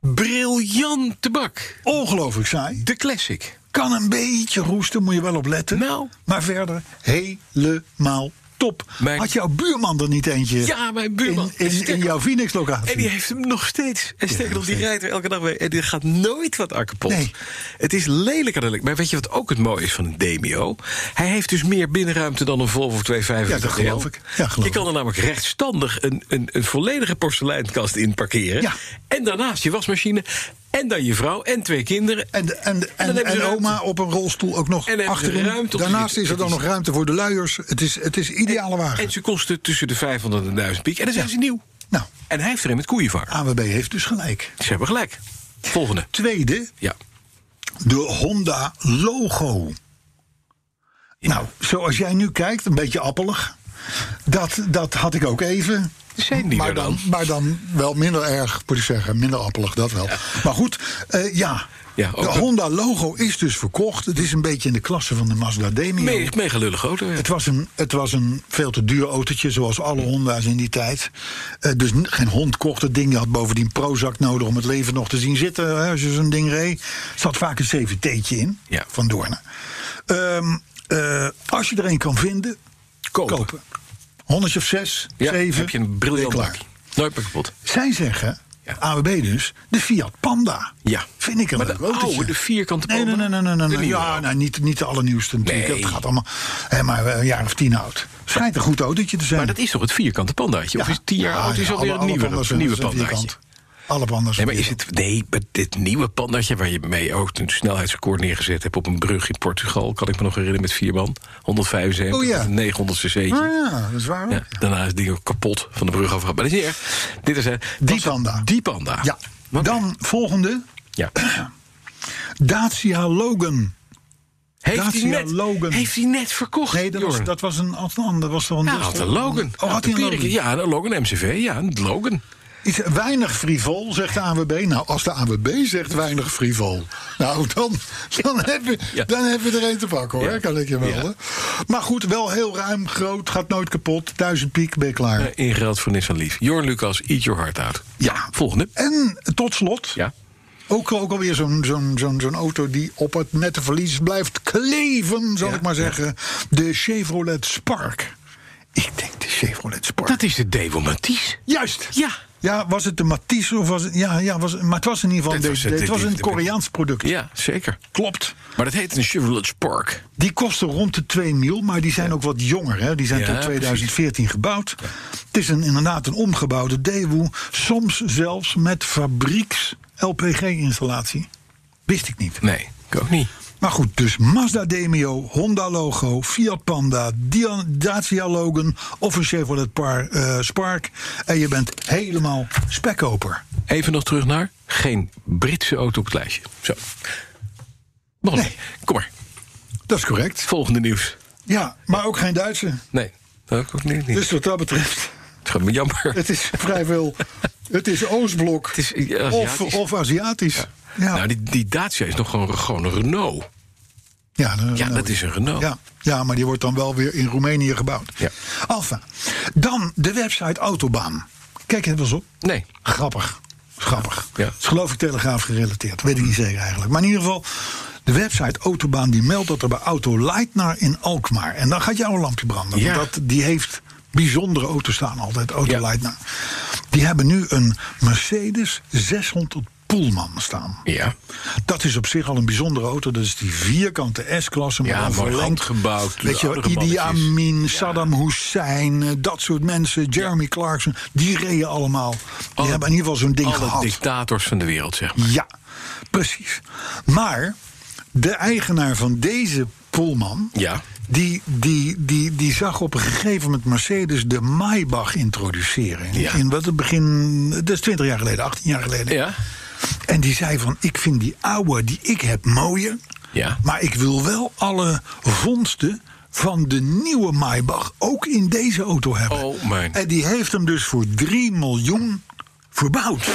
[SPEAKER 3] Briljante bak.
[SPEAKER 2] Ongelooflijk saai.
[SPEAKER 3] De classic.
[SPEAKER 2] Kan een beetje roesten, moet je wel op letten.
[SPEAKER 3] Nou.
[SPEAKER 2] Maar verder helemaal top.
[SPEAKER 3] Mijn-
[SPEAKER 2] Had jouw buurman er niet eentje
[SPEAKER 3] Ja, mijn buurman.
[SPEAKER 2] in, in, in
[SPEAKER 3] Sterker-
[SPEAKER 2] jouw Phoenix-locatie?
[SPEAKER 3] En die heeft hem nog steeds. En sterker nog, die rijdt er elke dag mee. En die gaat nooit wat aan kapot.
[SPEAKER 2] Nee.
[SPEAKER 3] Het is lelijk aan de lelijk. Maar weet je wat ook het mooie is van een Demio? Hij heeft dus meer binnenruimte dan een Volvo 255.
[SPEAKER 2] Ja, dat geloof ik. Ja, geloof
[SPEAKER 3] je kan er namelijk rechtstandig een, een, een volledige porseleinkast in parkeren.
[SPEAKER 2] Ja.
[SPEAKER 3] En daarnaast je wasmachine. En dan je vrouw en twee kinderen.
[SPEAKER 2] En, de- en, de-
[SPEAKER 3] dan
[SPEAKER 2] en,
[SPEAKER 3] hebben
[SPEAKER 2] en
[SPEAKER 3] ze
[SPEAKER 2] oma
[SPEAKER 3] ruimte.
[SPEAKER 2] op een rolstoel ook nog
[SPEAKER 3] En hebben ze
[SPEAKER 2] achterin.
[SPEAKER 3] ruimte om te
[SPEAKER 2] Daarnaast
[SPEAKER 3] zitten.
[SPEAKER 2] is er dan
[SPEAKER 3] Het is-
[SPEAKER 2] nog ruimte voor de luiers. Het is, het is ideale wagen.
[SPEAKER 3] En ze kosten tussen de 500 en 1000 piek. En dan zijn
[SPEAKER 2] Ja.
[SPEAKER 3] ze nieuw.
[SPEAKER 2] Nou,
[SPEAKER 3] En hij heeft erin met koeienvarken.
[SPEAKER 2] AWB heeft dus gelijk.
[SPEAKER 3] Ze hebben gelijk. Volgende.
[SPEAKER 2] Tweede,
[SPEAKER 3] Ja.
[SPEAKER 2] de Honda logo. Nou, zoals jij nu kijkt, een beetje appelig. Dat, dat had ik ook even.
[SPEAKER 3] Zijn die
[SPEAKER 2] maar,
[SPEAKER 3] er dan?
[SPEAKER 2] dan, maar dan wel minder erg, moet ik zeggen. Minder appelig, dat wel. Maar goed, eh, ja.
[SPEAKER 3] Ja, ook
[SPEAKER 2] de
[SPEAKER 3] dat-
[SPEAKER 2] Honda logo is dus verkocht. Het is een beetje in de klasse van de Mazda Demio.
[SPEAKER 3] Me- Mega lullige auto. ja.
[SPEAKER 2] Het was, een, het was een veel te duur autootje, zoals alle Honda's in die tijd. Eh, dus n- geen hond kocht het ding. Je had bovendien Prozac nodig om het leven nog te zien zitten. Hè, als je zo'n ding reed. Er zat vaak een CVT'tje in,
[SPEAKER 3] Ja.
[SPEAKER 2] van Doornen. Ehm, eh, als je er een kan vinden,
[SPEAKER 3] Kopen.
[SPEAKER 2] kopen. Honderdje of zes,
[SPEAKER 3] Ja,
[SPEAKER 2] zeven.
[SPEAKER 3] heb je een briljant
[SPEAKER 2] ben je
[SPEAKER 3] bak. Nooit meer kapot.
[SPEAKER 2] Zij zeggen,
[SPEAKER 3] Ja.
[SPEAKER 2] AWB dus, de Fiat Panda.
[SPEAKER 3] Ja.
[SPEAKER 2] Vind ik een
[SPEAKER 3] Maar
[SPEAKER 2] leuk
[SPEAKER 3] de
[SPEAKER 2] autootje.
[SPEAKER 3] oude, de vierkante
[SPEAKER 2] nee, nee,
[SPEAKER 3] Panda?
[SPEAKER 2] nee, nee, nee, nee,
[SPEAKER 3] De
[SPEAKER 2] nee.
[SPEAKER 3] nieuwe
[SPEAKER 2] Ja,
[SPEAKER 3] auto.
[SPEAKER 2] nou, niet, niet de allernieuwste natuurlijk.
[SPEAKER 3] Nee.
[SPEAKER 2] Dat gaat allemaal. Hè, maar eh, een jaar of tien oud. Schijnt een goed autootje te zijn.
[SPEAKER 3] Maar dat is toch het vierkante pandaatje? Of is het tien jaar oud? Is alweer een nieuwe, een nieuwe pandaatje?
[SPEAKER 2] Alle pandas.
[SPEAKER 3] Nee, maar is het, nee, maar dit nieuwe pandaatje waar je mee ook een snelheidsrecord neergezet hebt op een brug in Portugal, kan ik me nog herinneren met vier man. 175,
[SPEAKER 2] Oh ja.
[SPEAKER 3] met een 900
[SPEAKER 2] Ah,
[SPEAKER 3] cc'tje.
[SPEAKER 2] ja, dat is waar.
[SPEAKER 3] Oh, Ja,
[SPEAKER 2] Ja.
[SPEAKER 3] daarna is het ding ook kapot van de brug af. Maar dat is niet erg. Dit is, eh,
[SPEAKER 2] Die
[SPEAKER 3] was het-
[SPEAKER 2] panda.
[SPEAKER 3] Die panda. Oké.
[SPEAKER 2] Dan volgende.
[SPEAKER 3] Ja.
[SPEAKER 2] Dacia Logan.
[SPEAKER 3] Heeft, hij
[SPEAKER 2] Dacia
[SPEAKER 3] net,
[SPEAKER 2] Logan.
[SPEAKER 3] heeft hij net verkocht?
[SPEAKER 2] Nee, dat was,
[SPEAKER 3] Jorn?
[SPEAKER 2] dat was een ander. Dat was toch een
[SPEAKER 3] Ja, had een Logan.
[SPEAKER 2] Oh, had hij een Logan?
[SPEAKER 3] Ja, een Logan MCV. Ja, een Logan.
[SPEAKER 2] Iets, weinig frivol, zegt de AWB. Nou, als de AWB zegt weinig frivol, nou, dan, dan, heb, je,
[SPEAKER 3] Ja.
[SPEAKER 2] dan heb je er een te pakken hoor,
[SPEAKER 3] Ja.
[SPEAKER 2] kan ik je melden. Maar goed, wel heel ruim, groot, gaat nooit kapot. Duizend piek, ben je klaar.
[SPEAKER 3] Eh, Ingereld voor Nissan Leaf. Jorn Lucas, eat your heart out.
[SPEAKER 2] Ja.
[SPEAKER 3] Volgende.
[SPEAKER 2] En tot slot,
[SPEAKER 3] Ja.
[SPEAKER 2] ook, ook alweer zo'n zo'n zo'n zo'n auto die op het nette verlies blijft kleven, zal
[SPEAKER 3] Ja,
[SPEAKER 2] ik maar
[SPEAKER 3] ja.
[SPEAKER 2] zeggen. De Chevrolet Spark. Ik denk de Chevrolet Spark.
[SPEAKER 3] Dat is de Devo Matisse.
[SPEAKER 2] Juist.
[SPEAKER 3] Ja.
[SPEAKER 2] Ja, was het de Matisse of was het... Ja, ja was, maar het was in ieder geval...
[SPEAKER 3] Dit was
[SPEAKER 2] deze-
[SPEAKER 3] het,
[SPEAKER 2] het
[SPEAKER 3] dit-
[SPEAKER 2] was een
[SPEAKER 3] dit-
[SPEAKER 2] Koreaans product.
[SPEAKER 3] Ja, zeker.
[SPEAKER 2] Klopt.
[SPEAKER 3] Maar dat heet een Chevrolet Spark.
[SPEAKER 2] Die kosten rond de 2 mil, maar die zijn ook wat jonger. Hè? Die zijn
[SPEAKER 3] Ja,
[SPEAKER 2] tot 2014 gebouwd. Het is een, inderdaad een omgebouwde Daewoo. Soms zelfs met fabrieks-LPG-installatie. Wist ik niet.
[SPEAKER 3] Nee, ik ook niet.
[SPEAKER 2] Maar goed, dus Mazda Demio, Honda Logo, Fiat Panda, Dia- Dacia Logan... of een Chevrolet Par- eh, Spark. En je bent helemaal spekkoper.
[SPEAKER 3] Even nog terug naar geen Britse auto op het lijstje. Zo. Nog
[SPEAKER 2] Nee.
[SPEAKER 3] niet. Kom maar.
[SPEAKER 2] Dat is correct.
[SPEAKER 3] Volgende nieuws.
[SPEAKER 2] Ja, maar ook geen Duitse.
[SPEAKER 3] Nee, dat ook niet. niet.
[SPEAKER 2] Dus wat dat betreft...
[SPEAKER 3] Het gaat me jammer.
[SPEAKER 2] Het is (laughs) vrij veel. Het is Oostblok.
[SPEAKER 3] Het is, eh,
[SPEAKER 2] of,
[SPEAKER 3] Aziatisch.
[SPEAKER 2] of Aziatisch. Ja, ja.
[SPEAKER 3] Nou, die, die Dacia is nog gewoon, gewoon een Renault.
[SPEAKER 2] dan-
[SPEAKER 3] Ja,
[SPEAKER 2] dan-
[SPEAKER 3] dat is een Renault.
[SPEAKER 2] Ja. ja, maar die wordt dan wel weer in Roemenië gebouwd.
[SPEAKER 3] Ja.
[SPEAKER 2] Alfa. Dan de website Autobaan. Kijk je er wel eens op?
[SPEAKER 3] Nee.
[SPEAKER 2] Grappig. Grappig.
[SPEAKER 3] Ja.
[SPEAKER 2] Het is geloof ik telegraaf gerelateerd. Weet ik niet zeker eigenlijk. Maar in ieder geval, De website Autobaan die meldt dat er bij Auto Leitner in Alkmaar. En dan gaat jouw lampje branden.
[SPEAKER 3] Ja.
[SPEAKER 2] want Dat, die heeft bijzondere auto's staan altijd, Auto
[SPEAKER 3] Ja.
[SPEAKER 2] Leitner. Die hebben nu een Mercedes 600 Pullman staan.
[SPEAKER 3] Ja.
[SPEAKER 2] Dat is op zich al een bijzondere auto. Dat is die vierkante S-klasse. Maar
[SPEAKER 3] Ja,
[SPEAKER 2] dan
[SPEAKER 3] mooi
[SPEAKER 2] verlengd.
[SPEAKER 3] handgebouwd,
[SPEAKER 2] Weet je,
[SPEAKER 3] oudere
[SPEAKER 2] Idi
[SPEAKER 3] mannetjes.
[SPEAKER 2] Amin, Saddam Hussein, eh, dat soort mensen. Jeremy Clarkson, die reden allemaal. Die
[SPEAKER 3] Alle-
[SPEAKER 2] hebben in ieder geval zo'n ding
[SPEAKER 3] Alle
[SPEAKER 2] gehad.
[SPEAKER 3] dictators van de wereld, zeg maar.
[SPEAKER 2] Ja, precies. Maar de eigenaar van deze Pullman...
[SPEAKER 3] Ja.
[SPEAKER 2] Die, die, die, die zag op een gegeven moment Mercedes de Maybach introduceren.
[SPEAKER 3] Ja.
[SPEAKER 2] In wat het begin, dat is 20 jaar geleden, 18 jaar geleden.
[SPEAKER 3] Ja.
[SPEAKER 2] En die zei van, ik vind die oude die ik heb mooier.
[SPEAKER 3] Ja.
[SPEAKER 2] Maar ik wil wel alle vondsten van de nieuwe Maybach ook in deze auto hebben.
[SPEAKER 3] Oh, mijn.
[SPEAKER 2] En die heeft hem dus voor 3 miljoen verbouwd.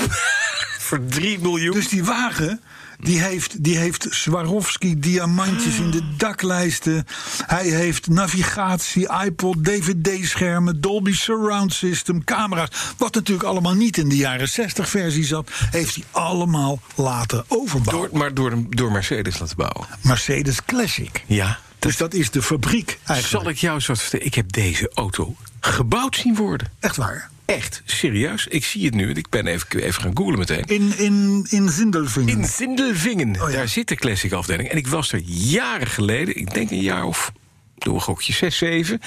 [SPEAKER 3] Voor 3 miljoen.
[SPEAKER 2] Dus die wagen, die heeft, die heeft Swarovski diamantjes in de daklijsten. Hij heeft navigatie, iPod, DVD-schermen, Dolby Surround System, camera's. Wat natuurlijk allemaal niet in de jaren 60 versie zat, heeft hij allemaal laten overbouwen.
[SPEAKER 3] door, maar door, een- door Mercedes laten bouwen.
[SPEAKER 2] Mercedes Classic.
[SPEAKER 3] Ja.
[SPEAKER 2] Dus dat is de fabriek eigenlijk.
[SPEAKER 3] Zal ik jou zo vertellen? Ik heb deze auto gebouwd zien worden.
[SPEAKER 2] Echt waar.
[SPEAKER 3] Echt, serieus. Ik zie het nu. en Ik ben even, even gaan googlen meteen.
[SPEAKER 2] In, in, in Zindelvingen.
[SPEAKER 3] In Sindelvingen,
[SPEAKER 2] Oh ja.
[SPEAKER 3] daar zit de classic afdeling. En ik was er jaren geleden, ik denk een jaar of door een gokje, 6, 7.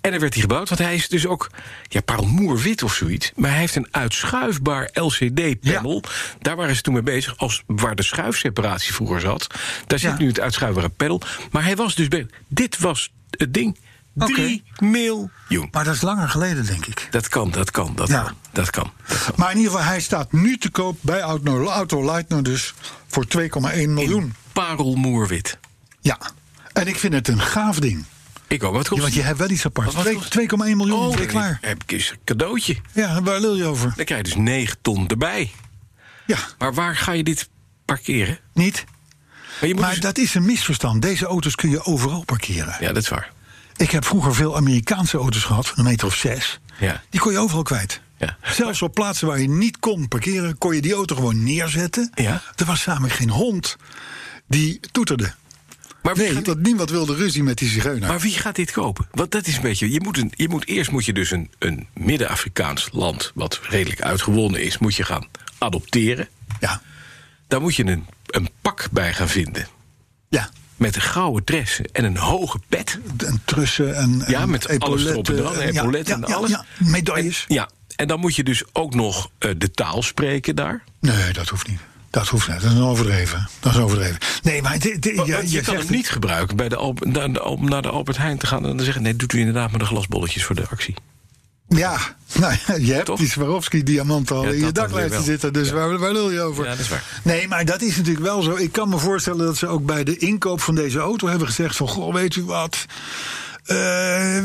[SPEAKER 3] En er werd hij gebouwd, want hij is dus ook ja, parelmoerwit of zoiets. Maar hij heeft een uitschuifbaar LCD-panel. Daar waren ze toen mee bezig, als, waar de schuifseparatie vroeger zat. Daar zit
[SPEAKER 2] Ja.
[SPEAKER 3] nu het uitschuifbare panel. Maar hij was dus bezig. Dit was het ding.
[SPEAKER 2] Oké.
[SPEAKER 3] 3 miljoen.
[SPEAKER 2] Maar dat is langer geleden, denk ik.
[SPEAKER 3] Dat kan, dat kan, dat
[SPEAKER 2] Ja.
[SPEAKER 3] kan. Dat kan. Dat kan.
[SPEAKER 2] Maar in ieder geval, hij staat nu te koop bij Auto Auto Leitner dus voor 2,1 miljoen.
[SPEAKER 3] Parelmoerwit.
[SPEAKER 2] Ja, en ik vind het een gaaf ding.
[SPEAKER 3] Ik ook, wat
[SPEAKER 2] Ja,
[SPEAKER 3] kost
[SPEAKER 2] want je hebt wel iets apart.
[SPEAKER 3] Wat was
[SPEAKER 2] Twee-
[SPEAKER 3] het?
[SPEAKER 2] 2,1 miljoen,
[SPEAKER 3] Oh,
[SPEAKER 2] ben je klaar.
[SPEAKER 3] Heb ik eens een cadeautje.
[SPEAKER 2] Ja, waar lul je over?
[SPEAKER 3] Dan krijg je dus 9 ton erbij.
[SPEAKER 2] Ja,
[SPEAKER 3] Maar waar ga je dit parkeren?
[SPEAKER 2] niet?
[SPEAKER 3] Maar je moet
[SPEAKER 2] Maar
[SPEAKER 3] dus-
[SPEAKER 2] dat is een misverstand. Deze auto's kun je overal parkeren.
[SPEAKER 3] Ja, dat is waar.
[SPEAKER 2] Ik heb vroeger veel Amerikaanse auto's gehad, een meter of zes.
[SPEAKER 3] Ja.
[SPEAKER 2] Die kon je overal kwijt.
[SPEAKER 3] Ja.
[SPEAKER 2] Zelfs op plaatsen waar je niet kon parkeren, kon je die auto gewoon neerzetten.
[SPEAKER 3] Ja.
[SPEAKER 2] Er was namelijk geen hond die toeterde.
[SPEAKER 3] Maar wie,
[SPEAKER 2] Nee,
[SPEAKER 3] gaat dit,
[SPEAKER 2] dat niemand wilde ruzie met die zigeuner.
[SPEAKER 3] maar wie gaat dit kopen? Want dat is een beetje. Je moet een, je moet, eerst moet je dus een, een Midden-Afrikaans land, wat redelijk uitgewonnen is, moet je gaan adopteren.
[SPEAKER 2] Ja,
[SPEAKER 3] Daar moet je een, een pak bij gaan vinden.
[SPEAKER 2] ja.
[SPEAKER 3] Met een gouden dress en een hoge pet.
[SPEAKER 2] En trussen en
[SPEAKER 3] Ja,
[SPEAKER 2] en
[SPEAKER 3] met alles erop en
[SPEAKER 2] epauletten
[SPEAKER 3] eraan, epauletten en alles.
[SPEAKER 2] Ja, medailles.
[SPEAKER 3] Ja, en dan moet je dus ook nog eh, de taal spreken daar.
[SPEAKER 2] Nee, dat hoeft niet. Dat hoeft niet. Dat is overdreven. Dat is overdreven. Nee, maar dit- dit-
[SPEAKER 3] Maar-
[SPEAKER 2] ja,
[SPEAKER 3] want je, kan
[SPEAKER 2] zegt-
[SPEAKER 3] hem niet gebruiken bij de Alp- naar, de Alp- naar de Albert Heijn te gaan en dan zeggen: nee, doet u inderdaad maar de glasbolletjes voor de actie.
[SPEAKER 2] Ja, nou, ja, je hebt
[SPEAKER 3] Toch?
[SPEAKER 2] die Swarovski-diamant al
[SPEAKER 3] Ja,
[SPEAKER 2] in je
[SPEAKER 3] dat dan weer
[SPEAKER 2] daklijstje
[SPEAKER 3] wel.
[SPEAKER 2] zitten. Dus waar, waar lul je over?
[SPEAKER 3] Ja, dat is waar.
[SPEAKER 2] Nee, maar dat is natuurlijk wel zo. Ik kan me voorstellen dat ze ook bij de inkoop van deze auto hebben gezegd: van goh, weet u wat. Eh,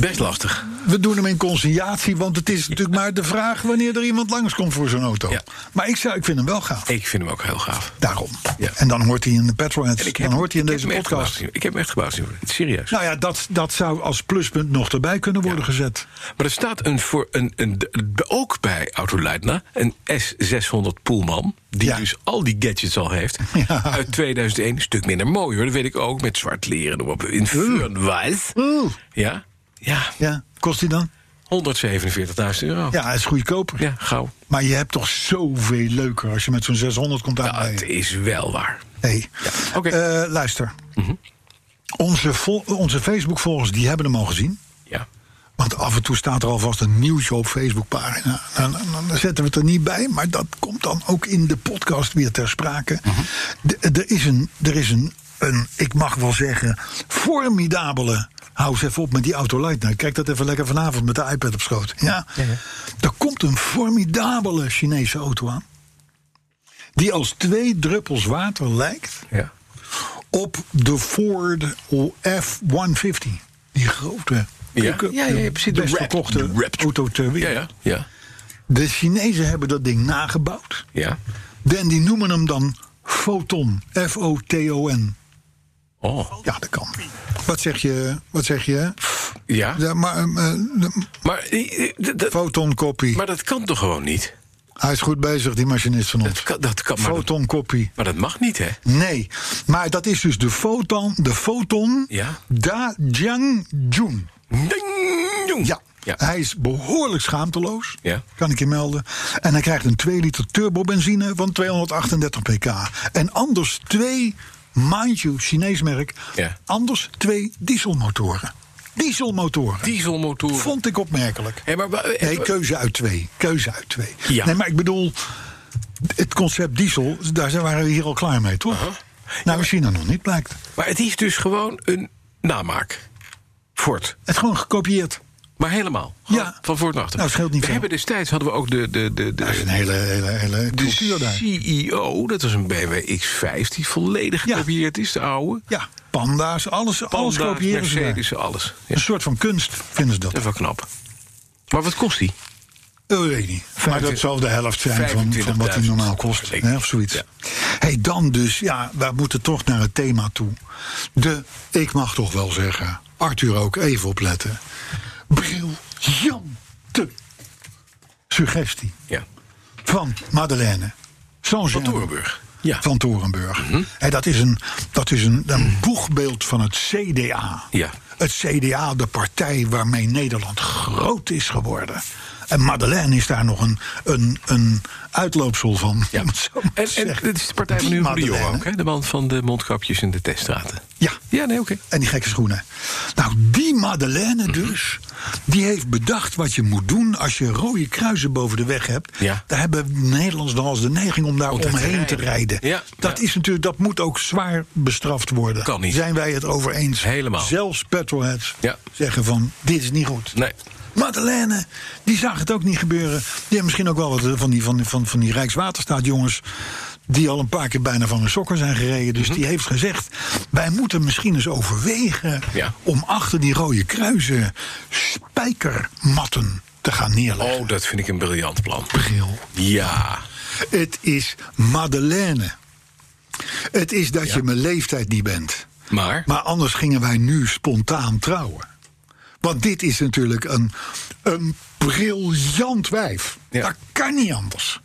[SPEAKER 3] Best lastig.
[SPEAKER 2] we doen hem in consignatie, want het is natuurlijk maar de vraag wanneer er iemand langskomt voor zo'n auto.
[SPEAKER 3] Ja.
[SPEAKER 2] Maar ik, zou, ik vind hem wel gaaf.
[SPEAKER 3] Ik vind hem ook heel gaaf.
[SPEAKER 2] Daarom.
[SPEAKER 3] Ja.
[SPEAKER 2] En dan hoort hij in de Petrolheads.
[SPEAKER 3] En ik
[SPEAKER 2] Dan hoort hij in
[SPEAKER 3] ik
[SPEAKER 2] deze
[SPEAKER 3] heb hem echt
[SPEAKER 2] podcast.
[SPEAKER 3] gebouwd zien- Ik heb hem echt gebouwd zien worden. Het is Serieus.
[SPEAKER 2] Nou ja, dat, dat zou als pluspunt nog erbij kunnen worden gezet.
[SPEAKER 3] maar er staat een voor een, een, de- ook bij Autoleidna een S600 Pullman. Die
[SPEAKER 2] Ja.
[SPEAKER 3] dus al die gadgets al (laughs) heeft.
[SPEAKER 2] Ja.
[SPEAKER 3] Uit 2001. Een stuk minder mooi hoor. Dat weet ik ook. Met zwart leren. noem maar op. In Furnwijs.
[SPEAKER 2] Oeh.
[SPEAKER 3] Ja? Ja.
[SPEAKER 2] Ja, kost die dan?
[SPEAKER 3] 147.000 euro.
[SPEAKER 2] Ja, hij is goedkoper.
[SPEAKER 3] ja, gauw.
[SPEAKER 2] Maar je hebt toch zoveel leuker als je met zo'n 600 komt
[SPEAKER 3] Ja, het
[SPEAKER 2] aanrijden.
[SPEAKER 3] is wel waar.
[SPEAKER 2] Nee.
[SPEAKER 3] oké. Mhm.
[SPEAKER 2] Eh, luister. Onze, vol- onze Facebook-volgers die hebben hem al gezien.
[SPEAKER 3] Ja.
[SPEAKER 2] Want af en toe staat er alvast een nieuwtje op Facebookpagina. Dan, dan, dan zetten we het er niet bij, maar dat komt dan ook in de podcast weer ter sprake. De- Er is, een, er is een, een, ik mag wel zeggen, formidabele... Hou eens even op met die auto Lightner. Kijk dat even lekker vanavond met de iPad op schoot. Ja? Er komt een formidabele Chinese auto aan. Die als twee druppels water lijkt
[SPEAKER 3] ja.
[SPEAKER 2] op de Ford F-150. Die grote.
[SPEAKER 3] Ja.
[SPEAKER 2] pick-up,
[SPEAKER 3] Ja, ja, ja,
[SPEAKER 2] De
[SPEAKER 3] precies. De
[SPEAKER 2] best
[SPEAKER 3] Rap-
[SPEAKER 2] verkochte
[SPEAKER 3] de Raptor.
[SPEAKER 2] auto ter
[SPEAKER 3] Ja,
[SPEAKER 2] wereld.
[SPEAKER 3] ja. Ja.
[SPEAKER 2] De Chinezen hebben dat ding nagebouwd.
[SPEAKER 3] Ja.
[SPEAKER 2] En die noemen hem dan Photon. F-O-T-O-N.
[SPEAKER 3] Oh.
[SPEAKER 2] Ja, dat kan. Wat zeg je? Wat zeg je?
[SPEAKER 3] Ja.
[SPEAKER 2] Ja, maar, eh, eh, de
[SPEAKER 3] Maar, eh, eh, d- d-
[SPEAKER 2] Photon copy.
[SPEAKER 3] maar dat kan toch gewoon niet?
[SPEAKER 2] Hij is goed bezig, die machinist van
[SPEAKER 3] Dat
[SPEAKER 2] ons.
[SPEAKER 3] kan, dat kan maar, dat,
[SPEAKER 2] Photon copy.
[SPEAKER 3] maar dat mag niet, hè?
[SPEAKER 2] Nee, maar dat is dus de foton, de foton
[SPEAKER 3] Ja.
[SPEAKER 2] Da Jiang Jun.
[SPEAKER 3] Ding!
[SPEAKER 2] Ja.
[SPEAKER 3] ja.
[SPEAKER 2] Hij is behoorlijk schaamteloos,
[SPEAKER 3] Ja.
[SPEAKER 2] kan ik je melden. En hij krijgt een 2 liter turbobenzine van 238 pk. En anders twee, mind you, Chinees merk,
[SPEAKER 3] Ja.
[SPEAKER 2] anders twee dieselmotoren. Dieselmotoren.
[SPEAKER 3] Dieselmotor.
[SPEAKER 2] Vond ik opmerkelijk.
[SPEAKER 3] Hé, maar, wa-
[SPEAKER 2] Nee, keuze uit twee. Keuze uit twee.
[SPEAKER 3] Ja.
[SPEAKER 2] Nee, maar ik bedoel, het concept diesel, daar zijn- waren we hier al klaar mee, toch? Nou, misschien dan nog niet, blijkt.
[SPEAKER 3] maar het is dus gewoon een namaak. Ford.
[SPEAKER 2] Het is gewoon gekopieerd.
[SPEAKER 3] Maar helemaal.
[SPEAKER 2] Ja.
[SPEAKER 3] Van voor naar achter.
[SPEAKER 2] Nou, scheelt niet
[SPEAKER 3] We
[SPEAKER 2] veel.
[SPEAKER 3] hebben destijds hadden we ook de, de, de, de,
[SPEAKER 2] Dat is een hele, hele, hele
[SPEAKER 3] de
[SPEAKER 2] cultuur daar.
[SPEAKER 3] CEO. Dat was een BMW X5 die volledig
[SPEAKER 2] Ja.
[SPEAKER 3] gekopieerd is, de oude.
[SPEAKER 2] Ja, panda's, alles, alles dus
[SPEAKER 3] Panda's,
[SPEAKER 2] kopiëren ze daar.
[SPEAKER 3] Mercedes, alles. Ja,
[SPEAKER 2] Een soort van kunst vinden ze dat.
[SPEAKER 3] dat is wel knap. Maar wat kost die?
[SPEAKER 2] Eh, weet ik niet. Maar dat zal de helft zijn van, van wat die
[SPEAKER 3] 25.000
[SPEAKER 2] normaal kost.
[SPEAKER 3] zeker.
[SPEAKER 2] Hè, of zoiets.
[SPEAKER 3] Ja.
[SPEAKER 2] Hey, dan dus, ja, we moeten toch naar het thema toe. De, ik mag toch wel zeggen, Arthur ook, even opletten. Briljante suggestie
[SPEAKER 3] Ja.
[SPEAKER 2] van Madeleine. Zo'n
[SPEAKER 3] Van Torenburg. Ja. Mhm.
[SPEAKER 2] Van Torenburg. Hé, dat is, een, dat is een, een boegbeeld van het CDA.
[SPEAKER 3] Ja.
[SPEAKER 2] Het CDA, de partij waarmee Nederland groot is geworden. En Madeleine is daar nog een, een, een uitloopsel van.
[SPEAKER 3] Ja.
[SPEAKER 2] om het zo maar
[SPEAKER 3] En,
[SPEAKER 2] te
[SPEAKER 3] en
[SPEAKER 2] zeggen.
[SPEAKER 3] dit is de partij van
[SPEAKER 2] Die
[SPEAKER 3] Hugo de Jong
[SPEAKER 2] Madeleine.
[SPEAKER 3] ook, hè? De man van de mondkapjes en de teststraten.
[SPEAKER 2] Ja.
[SPEAKER 3] Ja, nee, oké.
[SPEAKER 2] En die gekke schoenen. Nou, die
[SPEAKER 3] Mhm.
[SPEAKER 2] Madeleine dus, die heeft bedacht wat je moet doen als je rode kruisen boven de weg hebt.
[SPEAKER 3] Ja.
[SPEAKER 2] Daar hebben Nederlanders dan als de neiging om daar
[SPEAKER 3] Om daar te
[SPEAKER 2] omheen te
[SPEAKER 3] rijden.
[SPEAKER 2] rijden.
[SPEAKER 3] Ja,
[SPEAKER 2] Dat
[SPEAKER 3] ja.
[SPEAKER 2] is natuurlijk, dat moet ook zwaar bestraft worden.
[SPEAKER 3] Kan niet.
[SPEAKER 2] Zijn wij het over eens?
[SPEAKER 3] Helemaal.
[SPEAKER 2] Zelfs petrolheads
[SPEAKER 3] Ja.
[SPEAKER 2] zeggen van dit is niet goed.
[SPEAKER 3] Nee.
[SPEAKER 2] Madeleine, die zag het ook niet gebeuren. Die hebben misschien ook wel wat eh, van die, van, van, van die Rijkswaterstaatjongens... die al een paar keer bijna van hun sokken zijn gereden. Dus
[SPEAKER 3] Mhm.
[SPEAKER 2] die heeft gezegd... wij moeten misschien eens overwegen...
[SPEAKER 3] Ja.
[SPEAKER 2] om achter die rode kruisen spijkermatten te gaan neerleggen.
[SPEAKER 3] Oh, dat vind ik een briljant plan.
[SPEAKER 2] Bril.
[SPEAKER 3] Ja.
[SPEAKER 2] Het is Madeleine. Het is dat je mijn leeftijd niet bent.
[SPEAKER 3] Maar?
[SPEAKER 2] Maar anders gingen wij nu spontaan trouwen. Want dit is natuurlijk een, een briljant wijf.
[SPEAKER 3] Ja.
[SPEAKER 2] Dat kan niet anders.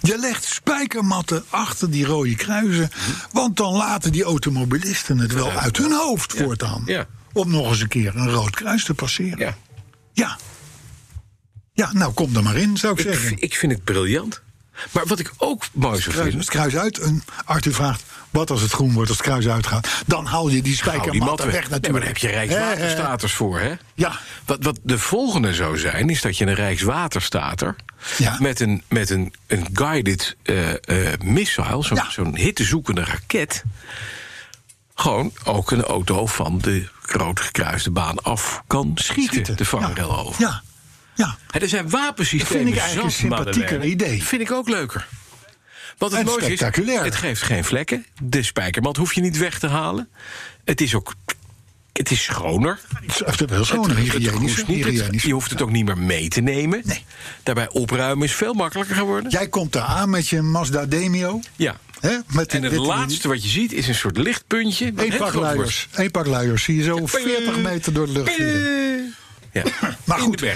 [SPEAKER 2] Je legt spijkermatten achter die rode kruisen. Want dan laten die automobilisten het wel uit hun hoofd voortaan.
[SPEAKER 3] Ja.
[SPEAKER 2] Om nog eens een keer een rood kruis te passeren.
[SPEAKER 3] Ja.
[SPEAKER 2] Ja, Ja, nou kom er maar in, zou ik,
[SPEAKER 3] Ik,
[SPEAKER 2] zeggen.
[SPEAKER 3] v- ik vind het briljant. Maar wat ik ook mooi zou
[SPEAKER 2] Kruis,
[SPEAKER 3] vinden...
[SPEAKER 2] het kruis uit. En Arthur vraagt, wat als het groen wordt als het kruis uitgaat? Dan haal je die
[SPEAKER 3] Hou Nou, die
[SPEAKER 2] spijkermat
[SPEAKER 3] mat
[SPEAKER 2] weg.
[SPEAKER 3] weg.
[SPEAKER 2] natuurlijk.
[SPEAKER 3] Nee, maar daar heb je
[SPEAKER 2] Hè, hè.
[SPEAKER 3] Rijkswaterstaters voor, hè?
[SPEAKER 2] Ja.
[SPEAKER 3] Wat, wat de volgende zou zijn, is dat je een Rijkswaterstater...
[SPEAKER 2] Ja.
[SPEAKER 3] met een, met een, een guided eh, eh, missile, zo'n
[SPEAKER 2] Ja.
[SPEAKER 3] zo'n hittezoekende raket... gewoon ook een auto van de groot gekruiste baan af kan schieten.
[SPEAKER 2] Schieten.
[SPEAKER 3] De vangrail
[SPEAKER 2] ja.
[SPEAKER 3] over.
[SPEAKER 2] Ja, ja.
[SPEAKER 3] Hè, er zijn wapensystemen.
[SPEAKER 2] Dat vind ik eigenlijk
[SPEAKER 3] zat,
[SPEAKER 2] een sympathieker
[SPEAKER 3] Madeleine.
[SPEAKER 2] idee.
[SPEAKER 3] Vind ik ook leuker. Want het
[SPEAKER 2] En
[SPEAKER 3] mooiste is,
[SPEAKER 2] spectaculair.
[SPEAKER 3] het geeft geen vlekken. De spijkermat hoef je niet weg te halen. Het is ook... Het is schoner.
[SPEAKER 2] Het is echt wel schoon,
[SPEAKER 3] Het- het
[SPEAKER 2] hygiënisch.
[SPEAKER 3] hoeft niet, het-
[SPEAKER 2] hygiënisch.
[SPEAKER 3] je hoeft het ook niet meer mee te nemen.
[SPEAKER 2] Nee.
[SPEAKER 3] Daarbij opruimen is veel makkelijker geworden.
[SPEAKER 2] Jij komt daar aan met je Mazda Demio.
[SPEAKER 3] Ja.
[SPEAKER 2] Hè, met die
[SPEAKER 3] En het
[SPEAKER 2] witte-
[SPEAKER 3] laatste wat je ziet is een soort lichtpuntje. wat
[SPEAKER 2] Eén
[SPEAKER 3] heel
[SPEAKER 2] pak
[SPEAKER 3] groot
[SPEAKER 2] luiers. Eén pak luiers. Zie je zo
[SPEAKER 3] wordt.
[SPEAKER 2] 40 meter door de lucht vliegen.
[SPEAKER 3] Ja.
[SPEAKER 2] (clears throat) Maar
[SPEAKER 3] In
[SPEAKER 2] goed.
[SPEAKER 3] de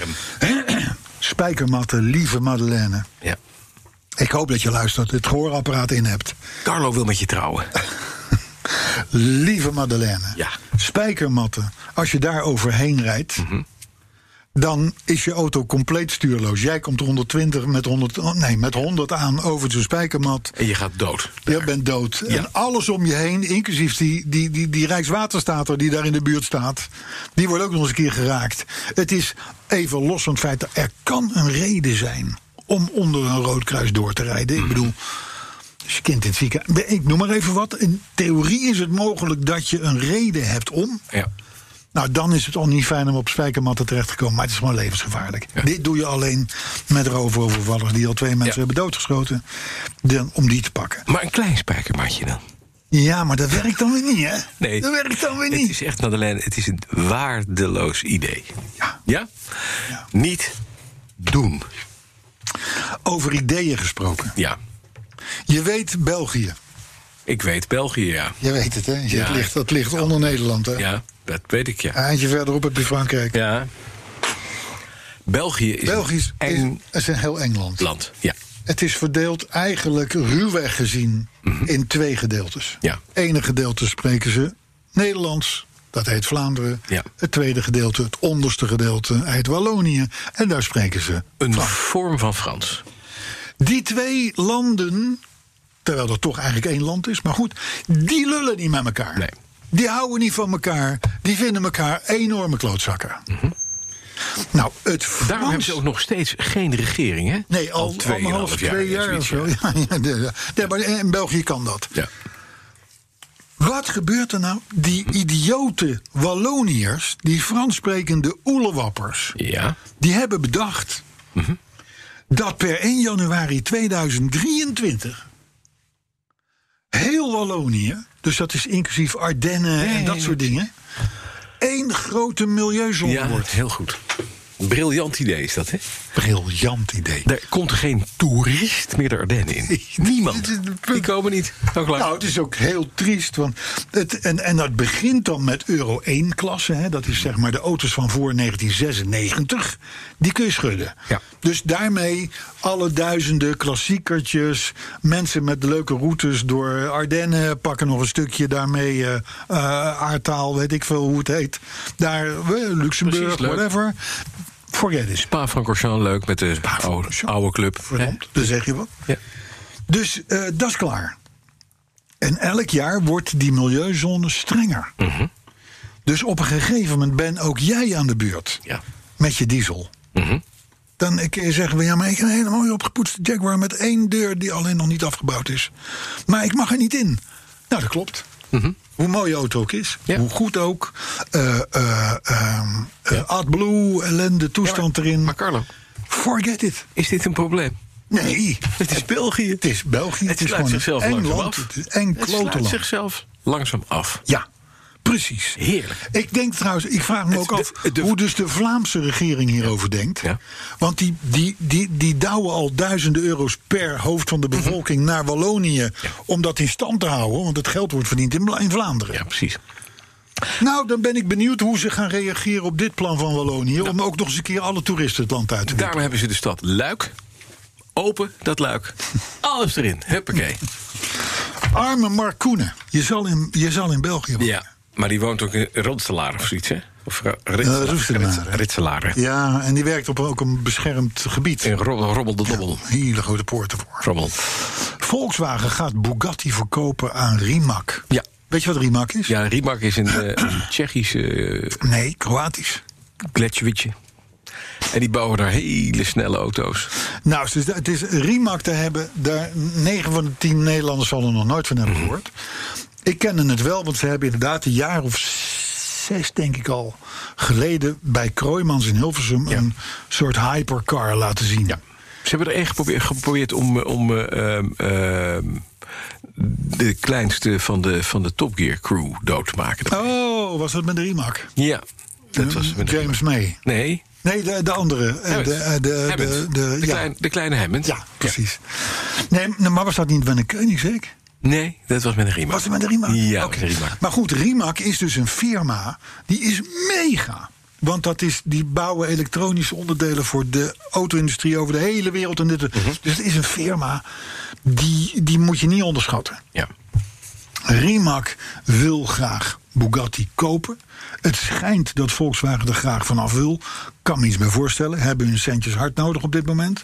[SPEAKER 3] berm.
[SPEAKER 2] Spijkermatten, lieve Madeleine.
[SPEAKER 3] Ja.
[SPEAKER 2] Ik hoop dat je luistert, het gehoorapparaat in hebt.
[SPEAKER 3] Carlo wil met je trouwen.
[SPEAKER 2] Lieve Madeleine.
[SPEAKER 3] Ja.
[SPEAKER 2] Spijkermatten. Als je daar overheen rijdt. Dan is je auto compleet stuurloos. Jij komt 120 met 100, oh, nee, met 100 aan over zo'n spijkermat.
[SPEAKER 3] En je gaat dood.
[SPEAKER 2] Je bent dood.
[SPEAKER 3] Ja.
[SPEAKER 2] En alles om je heen, inclusief die, die, die, die Rijkswaterstater die daar in de buurt staat, die wordt ook nog eens een keer geraakt. Het is even los van het feit dat er kan een reden zijn om onder een rood kruis door te rijden.
[SPEAKER 3] Mhm.
[SPEAKER 2] Ik bedoel, als je kind in het ziekenhuis. Ik noem maar even wat. In theorie is het mogelijk dat je een reden hebt om.
[SPEAKER 3] Ja.
[SPEAKER 2] Nou, dan is het al niet fijn om op spijkermatten terecht te komen. Maar het is gewoon levensgevaarlijk. Dit doe je alleen met roverovervallers die al twee mensen
[SPEAKER 3] Ja.
[SPEAKER 2] hebben doodgeschoten. Dan, om die te pakken.
[SPEAKER 3] Maar een klein spijkermatje dan.
[SPEAKER 2] Ja, maar dat werkt dan weer niet, hè?
[SPEAKER 3] Nee.
[SPEAKER 2] Dat werkt dan weer
[SPEAKER 3] Het
[SPEAKER 2] niet.
[SPEAKER 3] is echt, Madeleine, het is een waardeloos idee.
[SPEAKER 2] Ja.
[SPEAKER 3] Ja?
[SPEAKER 2] Ja.
[SPEAKER 3] Niet doen.
[SPEAKER 2] Over ideeën gesproken.
[SPEAKER 3] Ja.
[SPEAKER 2] Je weet België.
[SPEAKER 3] Ik weet België, ja.
[SPEAKER 2] Je weet het, hè? Je-
[SPEAKER 3] Ja.
[SPEAKER 2] het ligt, dat ligt onder Nederland, hè?
[SPEAKER 3] Ja, dat weet ik, ja.
[SPEAKER 2] Een Eindje verderop heb je Frankrijk.
[SPEAKER 3] Ja. België is
[SPEAKER 2] Belgisch
[SPEAKER 3] een
[SPEAKER 2] is,
[SPEAKER 3] eng
[SPEAKER 2] is een heel Engeland.
[SPEAKER 3] land. Ja.
[SPEAKER 2] Het is verdeeld eigenlijk ruwweg gezien in twee gedeeltes.
[SPEAKER 3] Mhm. Ja.
[SPEAKER 2] Ene gedeelte spreken ze Nederlands. Dat heet Vlaanderen.
[SPEAKER 3] Ja.
[SPEAKER 2] Het tweede gedeelte, het onderste gedeelte, heet Wallonië. En daar spreken ze
[SPEAKER 3] Een vorm van Frans.
[SPEAKER 2] die twee landen, terwijl dat toch eigenlijk één land is, maar goed, die lullen niet met elkaar.
[SPEAKER 3] Nee.
[SPEAKER 2] Die houden niet van elkaar. Die vinden elkaar enorme klootzakken. Nou, het Frans...
[SPEAKER 3] Mhm. Daarom hebben ze ook nog steeds geen regering, hè?
[SPEAKER 2] Nee, al, anderhalf, twee jaar, of
[SPEAKER 3] zoiets,
[SPEAKER 2] zo.
[SPEAKER 3] ja.
[SPEAKER 2] Ja, ja, (laughs) ja, ja. Nee, maar in België kan dat.
[SPEAKER 3] Ja.
[SPEAKER 2] Wat gebeurt er nou? Die idiote Walloniërs, die Frans sprekende oelewappers...
[SPEAKER 3] ja.
[SPEAKER 2] die hebben bedacht
[SPEAKER 3] Mhm.
[SPEAKER 2] dat per 1 januari 2023 heel Wallonië, dus dat is inclusief Ardennen en dat soort dingen, één grote milieuzone
[SPEAKER 3] Ja,
[SPEAKER 2] wordt.
[SPEAKER 3] heel goed. Briljant idee is dat, hè?
[SPEAKER 2] Briljant idee.
[SPEAKER 3] Er komt geen toerist meer de Ardennen
[SPEAKER 2] (laughs)
[SPEAKER 3] in.
[SPEAKER 2] Dit is
[SPEAKER 3] Niemand.
[SPEAKER 2] het punt.
[SPEAKER 3] Die komen niet. Nou, klaar.
[SPEAKER 2] Nou, het is ook heel triest. Want het, en, en dat begint dan met Euro 1-klasse. Dat is zeg maar de auto's van voor 1996. Die kun je schudden.
[SPEAKER 3] Ja.
[SPEAKER 2] Dus daarmee alle duizenden klassiekertjes. Mensen met leuke routes door Ardennen. Pakken nog een stukje daarmee. eh, eh, aardtaal, weet ik veel hoe het heet. Daar, eh, Luxemburg,
[SPEAKER 3] Precies, leuk.
[SPEAKER 2] whatever. Forget it.
[SPEAKER 3] Spa-Francorchamps, leuk met de oude,
[SPEAKER 2] Spa-Francorchamps.
[SPEAKER 3] oude club.
[SPEAKER 2] Verdomd, dan zeg je wat.
[SPEAKER 3] Ja.
[SPEAKER 2] Dus eh, dat is klaar. En elk jaar wordt die milieuzone strenger.
[SPEAKER 3] Mhm.
[SPEAKER 2] Dus op een gegeven moment ben ook jij aan de beurt
[SPEAKER 3] Ja. Mhm.
[SPEAKER 2] met je diesel. Dan kun je zeggen, van, ja, maar ik heb een hele mooie opgepoetste Jaguar... met één deur die alleen nog niet afgebouwd is. Maar ik mag er niet in. Nou, dat klopt. Hoe mooi je auto ook is,
[SPEAKER 3] Mhm. Ja.
[SPEAKER 2] hoe goed ook. eh eh ehm, eh, AdBlue, ellende, toestand erin.
[SPEAKER 3] Maar Carlo,
[SPEAKER 2] Forget it.
[SPEAKER 3] is dit een probleem?
[SPEAKER 2] Nee.
[SPEAKER 3] (laughs) Het is België.
[SPEAKER 2] Het is België.
[SPEAKER 3] Het sluit
[SPEAKER 2] gewoon
[SPEAKER 3] zichzelf
[SPEAKER 2] een eng
[SPEAKER 3] langzaam
[SPEAKER 2] land.
[SPEAKER 3] af.
[SPEAKER 2] Het is eng
[SPEAKER 3] Het
[SPEAKER 2] klote
[SPEAKER 3] sluit
[SPEAKER 2] land.
[SPEAKER 3] zichzelf langzaam af.
[SPEAKER 2] Ja, precies.
[SPEAKER 3] Heerlijk.
[SPEAKER 2] Ik denk trouwens, ik vraag me
[SPEAKER 3] Het-
[SPEAKER 2] ook
[SPEAKER 3] de-
[SPEAKER 2] af
[SPEAKER 3] de-
[SPEAKER 2] hoe dus de Vlaamse regering hierover denkt.
[SPEAKER 3] Ja.
[SPEAKER 2] Want die, die, die, die douwen al duizenden euro's per hoofd van de
[SPEAKER 3] Mhm.
[SPEAKER 2] bevolking naar Wallonië. om dat in stand te houden, want het geld wordt verdiend in, Bla- in Vlaanderen.
[SPEAKER 3] Ja, precies.
[SPEAKER 2] Nou, dan ben ik benieuwd hoe ze gaan reageren op dit plan van Wallonië.
[SPEAKER 3] Nou.
[SPEAKER 2] om ook nog eens een keer alle toeristen het land uit te
[SPEAKER 3] Daarom hebben ze de stad Luik. Open dat luik. (laughs) Alles erin. Huppakee.
[SPEAKER 2] Arme Mark Koenen, je zal in, je zal in België wonen.
[SPEAKER 3] Ja, maar die woont ook in Ronselaar of zoiets, hè? Of Ra-
[SPEAKER 2] Eh, Roeselaar,
[SPEAKER 3] Ritselaar.
[SPEAKER 2] hè?
[SPEAKER 3] Ritselaar. hè?
[SPEAKER 2] Ja, en die werkt op ook een beschermd gebied.
[SPEAKER 3] In Rob- Robbel de Dobbel.
[SPEAKER 2] Hele grote poorten voor.
[SPEAKER 3] Robbel.
[SPEAKER 2] Volkswagen gaat Bugatti verkopen aan Rimac.
[SPEAKER 3] Ja.
[SPEAKER 2] Weet je wat Rimac is?
[SPEAKER 3] Ja, Rimak is een, eh, een Tsjechische eh,
[SPEAKER 2] Nee, Kroatisch.
[SPEAKER 3] gletsjewitje. En die bouwen daar hele snelle auto's.
[SPEAKER 2] Nou, dus het is Rimac te hebben. Daar, 9 van de 10 Nederlanders zal er nog nooit van
[SPEAKER 3] Mhm.
[SPEAKER 2] hebben gehoord. Ik kende het wel, want ze hebben inderdaad een jaar of zes, denk ik al, geleden bij Kroijmans in Hilversum een soort hypercar laten zien.
[SPEAKER 3] Ze hebben er echt geprobeerd, geprobeerd om, eh, om eh, ehm, ehm, de kleinste van de, van de Top Gear crew dood te maken.
[SPEAKER 2] Oh, was dat met de Rimac?
[SPEAKER 3] Ja, dat was...
[SPEAKER 2] James May.
[SPEAKER 3] Nee,
[SPEAKER 2] Nee, de, de andere. eh, De,
[SPEAKER 3] Hammond.
[SPEAKER 2] eh, de, de,
[SPEAKER 3] Hammond.
[SPEAKER 2] de, ja.
[SPEAKER 3] De klein- de kleine Hammond.
[SPEAKER 2] Ja, precies. Nee, nou, maar was dat niet met een Koenigsegg?
[SPEAKER 3] Nee, dat was met een Rimak.
[SPEAKER 2] Was het met een Rimac?
[SPEAKER 3] Ja,
[SPEAKER 2] Oké.
[SPEAKER 3] met een Rimac.
[SPEAKER 2] Maar goed, Rimac is dus een firma die is mega. Want dat is, die bouwen elektronische onderdelen voor de auto-industrie over de hele wereld. En dit,
[SPEAKER 3] Mhm.
[SPEAKER 2] Dus het is een firma die, die moet je niet onderschatten.
[SPEAKER 3] Ja.
[SPEAKER 2] Rimac wil graag Bugatti kopen. Het schijnt dat Volkswagen er graag vanaf wil. Kan me iets meer voorstellen. Hebben hun centjes hard nodig op dit moment.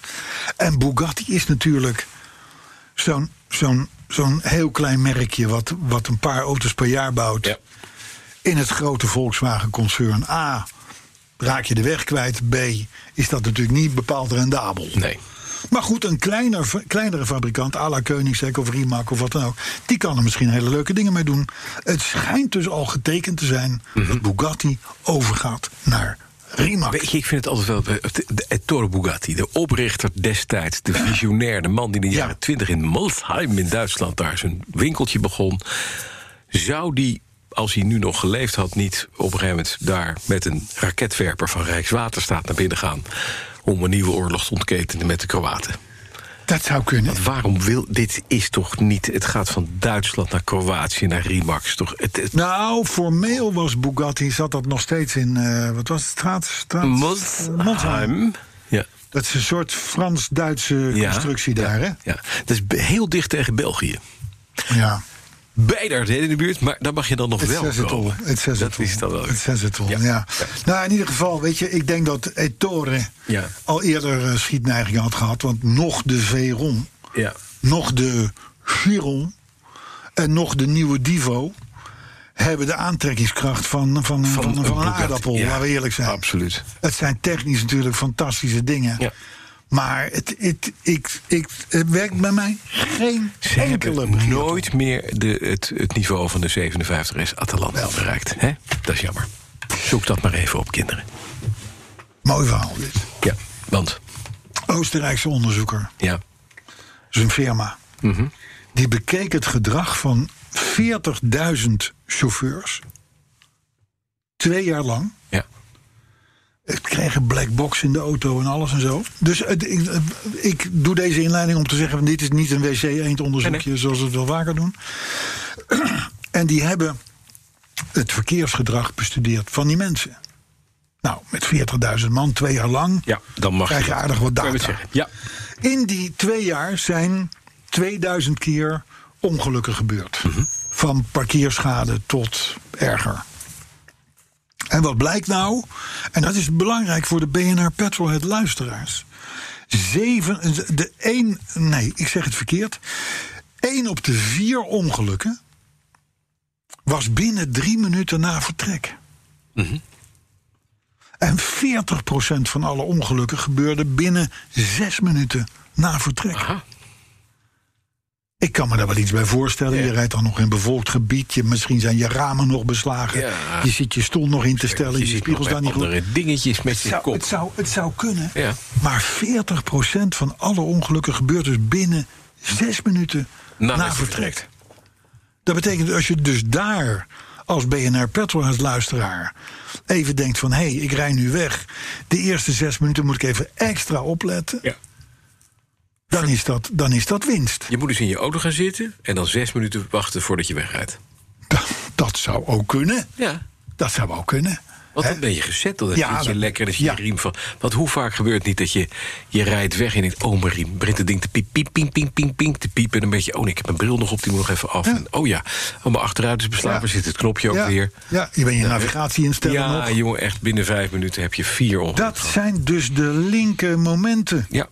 [SPEAKER 2] En Bugatti is natuurlijk zo'n zo'n zo'n heel klein merkje... Wat, wat een paar auto's per jaar bouwt
[SPEAKER 3] ja.
[SPEAKER 2] in het grote Volkswagen-concern. A, raak je de weg kwijt. B, is dat natuurlijk niet bepaald rendabel.
[SPEAKER 3] Nee.
[SPEAKER 2] Maar goed, een kleiner, kleinere fabrikant, à la Koenigsegg of Rimac of wat dan ook... die kan er misschien hele leuke dingen mee doen. Het schijnt dus al getekend te zijn
[SPEAKER 3] Mhm.
[SPEAKER 2] dat Bugatti overgaat naar Rimac.
[SPEAKER 3] Weet je, ik vind het altijd wel. eh, het- de- Ettore Bugatti, de oprichter destijds, de visionair, de man die in de
[SPEAKER 2] Ja.
[SPEAKER 3] jaren 20 in Molsheim in Duitsland daar zijn winkeltje begon. Zou die, als hij nu nog geleefd had, niet op een gegeven moment daar met een raketwerper van Rijkswaterstaat naar binnen gaan. om een nieuwe oorlog te ontketenen met de Kroaten?
[SPEAKER 2] dat zou kunnen.
[SPEAKER 3] Waarom wil. Dit is toch niet. Het gaat van Duitsland naar Kroatië, naar Rimax. Toch, het, het,
[SPEAKER 2] Nou, formeel was Bugatti, zat dat nog steeds in... eh, wat was het? Straat? straat
[SPEAKER 3] Molsheim. Ja.
[SPEAKER 2] Dat is een soort Frans-Duitse
[SPEAKER 3] Ja,
[SPEAKER 2] constructie daar, hè?
[SPEAKER 3] Ja, dat is be- heel dicht tegen België.
[SPEAKER 2] Ja.
[SPEAKER 3] Beider in de buurt, maar daar mag je dan nog
[SPEAKER 2] Het
[SPEAKER 3] wel
[SPEAKER 2] zes het al.
[SPEAKER 3] komen.
[SPEAKER 2] Het zes
[SPEAKER 3] dat
[SPEAKER 2] het
[SPEAKER 3] is dan wel.
[SPEAKER 2] Het zes het al, ja. Nou, in ieder geval, weet je, ik denk dat Ettore
[SPEAKER 3] Ja.
[SPEAKER 2] al eerder eh, schietneigingen had gehad. Want nog de Veron,
[SPEAKER 3] Ja.
[SPEAKER 2] nog de Giron en nog de nieuwe Divo hebben de aantrekkingskracht van, van, van, van,
[SPEAKER 3] een
[SPEAKER 2] een
[SPEAKER 3] Bugatti,
[SPEAKER 2] aardappel,
[SPEAKER 3] ja.
[SPEAKER 2] laten we eerlijk zijn.
[SPEAKER 3] Absoluut.
[SPEAKER 2] Het zijn technisch natuurlijk fantastische dingen.
[SPEAKER 3] Ja.
[SPEAKER 2] Maar het, het, ik, ik, het werkt bij mij geen
[SPEAKER 3] Ze
[SPEAKER 2] enkele
[SPEAKER 3] hebben
[SPEAKER 2] begrip.
[SPEAKER 3] nooit meer de, het, het niveau van de 57 S Atalanta bereikt. Hè? Dat is jammer. Zoek dat maar even op, kinderen.
[SPEAKER 2] Mooi verhaal dit.
[SPEAKER 3] Ja, want...
[SPEAKER 2] Oostenrijkse onderzoeker,
[SPEAKER 3] Ja,
[SPEAKER 2] zijn firma.
[SPEAKER 3] Mhm.
[SPEAKER 2] Die bekeek het gedrag van 40.000 chauffeurs. Twee jaar lang.
[SPEAKER 3] ja.
[SPEAKER 2] Het kreeg een black box in de auto en alles en zo. Dus het- ik, ik doe deze inleiding om te zeggen... van dit is niet een wc-eendonderzoekje
[SPEAKER 3] Nee, nee.
[SPEAKER 2] zoals we het wel vaker doen. (clears throat) en die hebben het verkeersgedrag bestudeerd van die mensen. Nou, met 40.000 man, twee jaar lang...
[SPEAKER 3] ja dan mag
[SPEAKER 2] krijg je
[SPEAKER 3] dat.
[SPEAKER 2] aardig wat
[SPEAKER 3] Kan je het
[SPEAKER 2] data.
[SPEAKER 3] zeggen. Ja,
[SPEAKER 2] In die twee jaar zijn 2000 keer ongelukken gebeurd. Van parkeerschade tot erger. En wat blijkt nou, en dat is belangrijk voor de BNR Petrolhead luisteraars. Zeven, de één, nee, ik zeg het verkeerd. Eén op de vier ongelukken was binnen drie minuten na vertrek.
[SPEAKER 3] Mhm.
[SPEAKER 2] En 40% van alle ongelukken gebeurde binnen zes minuten na vertrek.
[SPEAKER 3] Aha.
[SPEAKER 2] Ik kan me daar wel iets bij voorstellen. Je rijdt dan nog in bevolkt gebied. Je, misschien zijn je ramen nog beslagen.
[SPEAKER 3] Ja.
[SPEAKER 2] Je zit je stoel nog in te stellen. Je,
[SPEAKER 3] ziet
[SPEAKER 2] spiegels
[SPEAKER 3] nog
[SPEAKER 2] daar
[SPEAKER 3] bij
[SPEAKER 2] niet goed.
[SPEAKER 3] andere dingetjes met
[SPEAKER 2] Het
[SPEAKER 3] je
[SPEAKER 2] zou,
[SPEAKER 3] kop.
[SPEAKER 2] het, zou, het zou kunnen.
[SPEAKER 3] Ja.
[SPEAKER 2] Maar 40% van alle ongelukken gebeurt dus binnen zes minuten na,
[SPEAKER 3] Nou, dat is
[SPEAKER 2] vertrek.
[SPEAKER 3] perfect.
[SPEAKER 2] Dat betekent als je dus daar als BNR Petrolheads luisteraar even denkt van... hé, hey, ik rij nu weg. De eerste zes minuten moet ik even extra opletten.
[SPEAKER 3] Ja.
[SPEAKER 2] Dan, is dat, dan is dat winst.
[SPEAKER 3] Je moet dus in je auto gaan zitten en dan zes minuten wachten voordat je wegrijdt.
[SPEAKER 2] Dat, dat zou ook kunnen.
[SPEAKER 3] Ja.
[SPEAKER 2] Dat zou ook kunnen.
[SPEAKER 3] Want
[SPEAKER 2] Hè?
[SPEAKER 3] dan ben je gezetteld. Dan
[SPEAKER 2] Ja,
[SPEAKER 3] zit je
[SPEAKER 2] dan-
[SPEAKER 3] lekker, dan zit je
[SPEAKER 2] ja.
[SPEAKER 3] riem van. Want hoe vaak gebeurt niet dat je, je rijdt weg en denkt: Oh, mijn riem. Begint het ding te piep, piep, piep, piep, piep, piep, te piepen. En dan weet je: Oh, nee, ik heb mijn bril nog op, die moet nog even af. En, oh ja, oh, mijn achteruit is beslapen,
[SPEAKER 2] Ja.
[SPEAKER 3] zit het knopje ook
[SPEAKER 2] ja,
[SPEAKER 3] weer.
[SPEAKER 2] Ja, je bent je navigatie instellen
[SPEAKER 3] ja,
[SPEAKER 2] nog.
[SPEAKER 3] jongen, echt binnen vijf minuten heb je vier ongelukken.
[SPEAKER 2] Dat zijn dus de linker momenten.
[SPEAKER 3] Ja,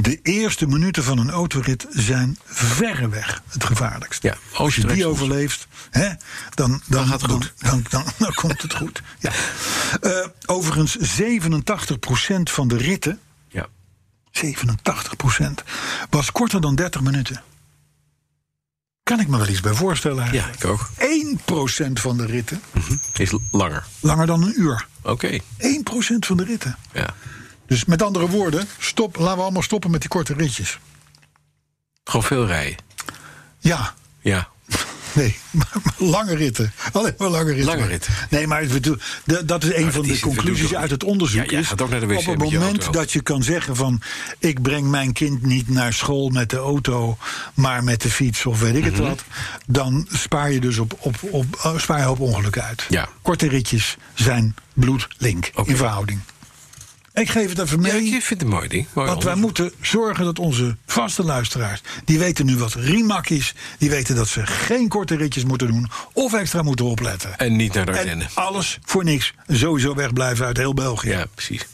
[SPEAKER 2] De eerste minuten van een autorit zijn verreweg het gevaarlijkst.
[SPEAKER 3] Ja,
[SPEAKER 2] Als je die
[SPEAKER 3] oostenrijks-
[SPEAKER 2] overleeft, hè, dan, dan,
[SPEAKER 3] gaat het goed.
[SPEAKER 2] Dan, dan, dan, dan komt het goed. Ja. Eh, overigens, 87% van de ritten,
[SPEAKER 3] ja.
[SPEAKER 2] 87%, was korter dan 30 minuten. Kan ik me wel iets bij voorstellen.
[SPEAKER 3] ja, ik ook.
[SPEAKER 2] 1% van de ritten
[SPEAKER 3] Mhm. Is l- langer.
[SPEAKER 2] langer dan een uur.
[SPEAKER 3] Oké.
[SPEAKER 2] 1% van de ritten.
[SPEAKER 3] Ja.
[SPEAKER 2] Dus met andere woorden, stop, laten we allemaal stoppen met die korte ritjes.
[SPEAKER 3] Gewoon veel rijden.
[SPEAKER 2] Ja,
[SPEAKER 3] Ja.
[SPEAKER 2] nee, (laughs) maar maar lange ritten. Alleen maar lange ritten.
[SPEAKER 3] Lange ritten. Nou,
[SPEAKER 2] Nee, maar ik bedoel, de- dat is een
[SPEAKER 3] dat
[SPEAKER 2] van
[SPEAKER 3] is
[SPEAKER 2] de
[SPEAKER 3] het, we doen
[SPEAKER 2] conclusies
[SPEAKER 3] het.
[SPEAKER 2] uit het onderzoek.
[SPEAKER 3] Ja, jij
[SPEAKER 2] is,
[SPEAKER 3] gaat ook naar de wc
[SPEAKER 2] op het
[SPEAKER 3] met je
[SPEAKER 2] moment
[SPEAKER 3] auto.
[SPEAKER 2] dat je kan zeggen van... ik breng mijn kind niet naar school met de auto... maar met de fiets of weet ik
[SPEAKER 3] Mhm.
[SPEAKER 2] het wat... dan spaar je dus op, op, op, eh, spaar je op ongelukken uit.
[SPEAKER 3] Ja.
[SPEAKER 2] Korte ritjes zijn bloedlink
[SPEAKER 3] Oké.
[SPEAKER 2] in verhouding. Ik geef het even
[SPEAKER 3] Ja,
[SPEAKER 2] mee.
[SPEAKER 3] ik vind het een mooi ding. Mooi
[SPEAKER 2] Want wij
[SPEAKER 3] onderzoek.
[SPEAKER 2] moeten zorgen dat onze vaste luisteraars. die weten nu wat riemak is. die weten dat ze geen korte ritjes moeten doen. of extra moeten opletten.
[SPEAKER 3] En niet naar de
[SPEAKER 2] En
[SPEAKER 3] Ardennen.
[SPEAKER 2] alles voor niks. sowieso wegblijven uit heel België.
[SPEAKER 3] Ja, precies.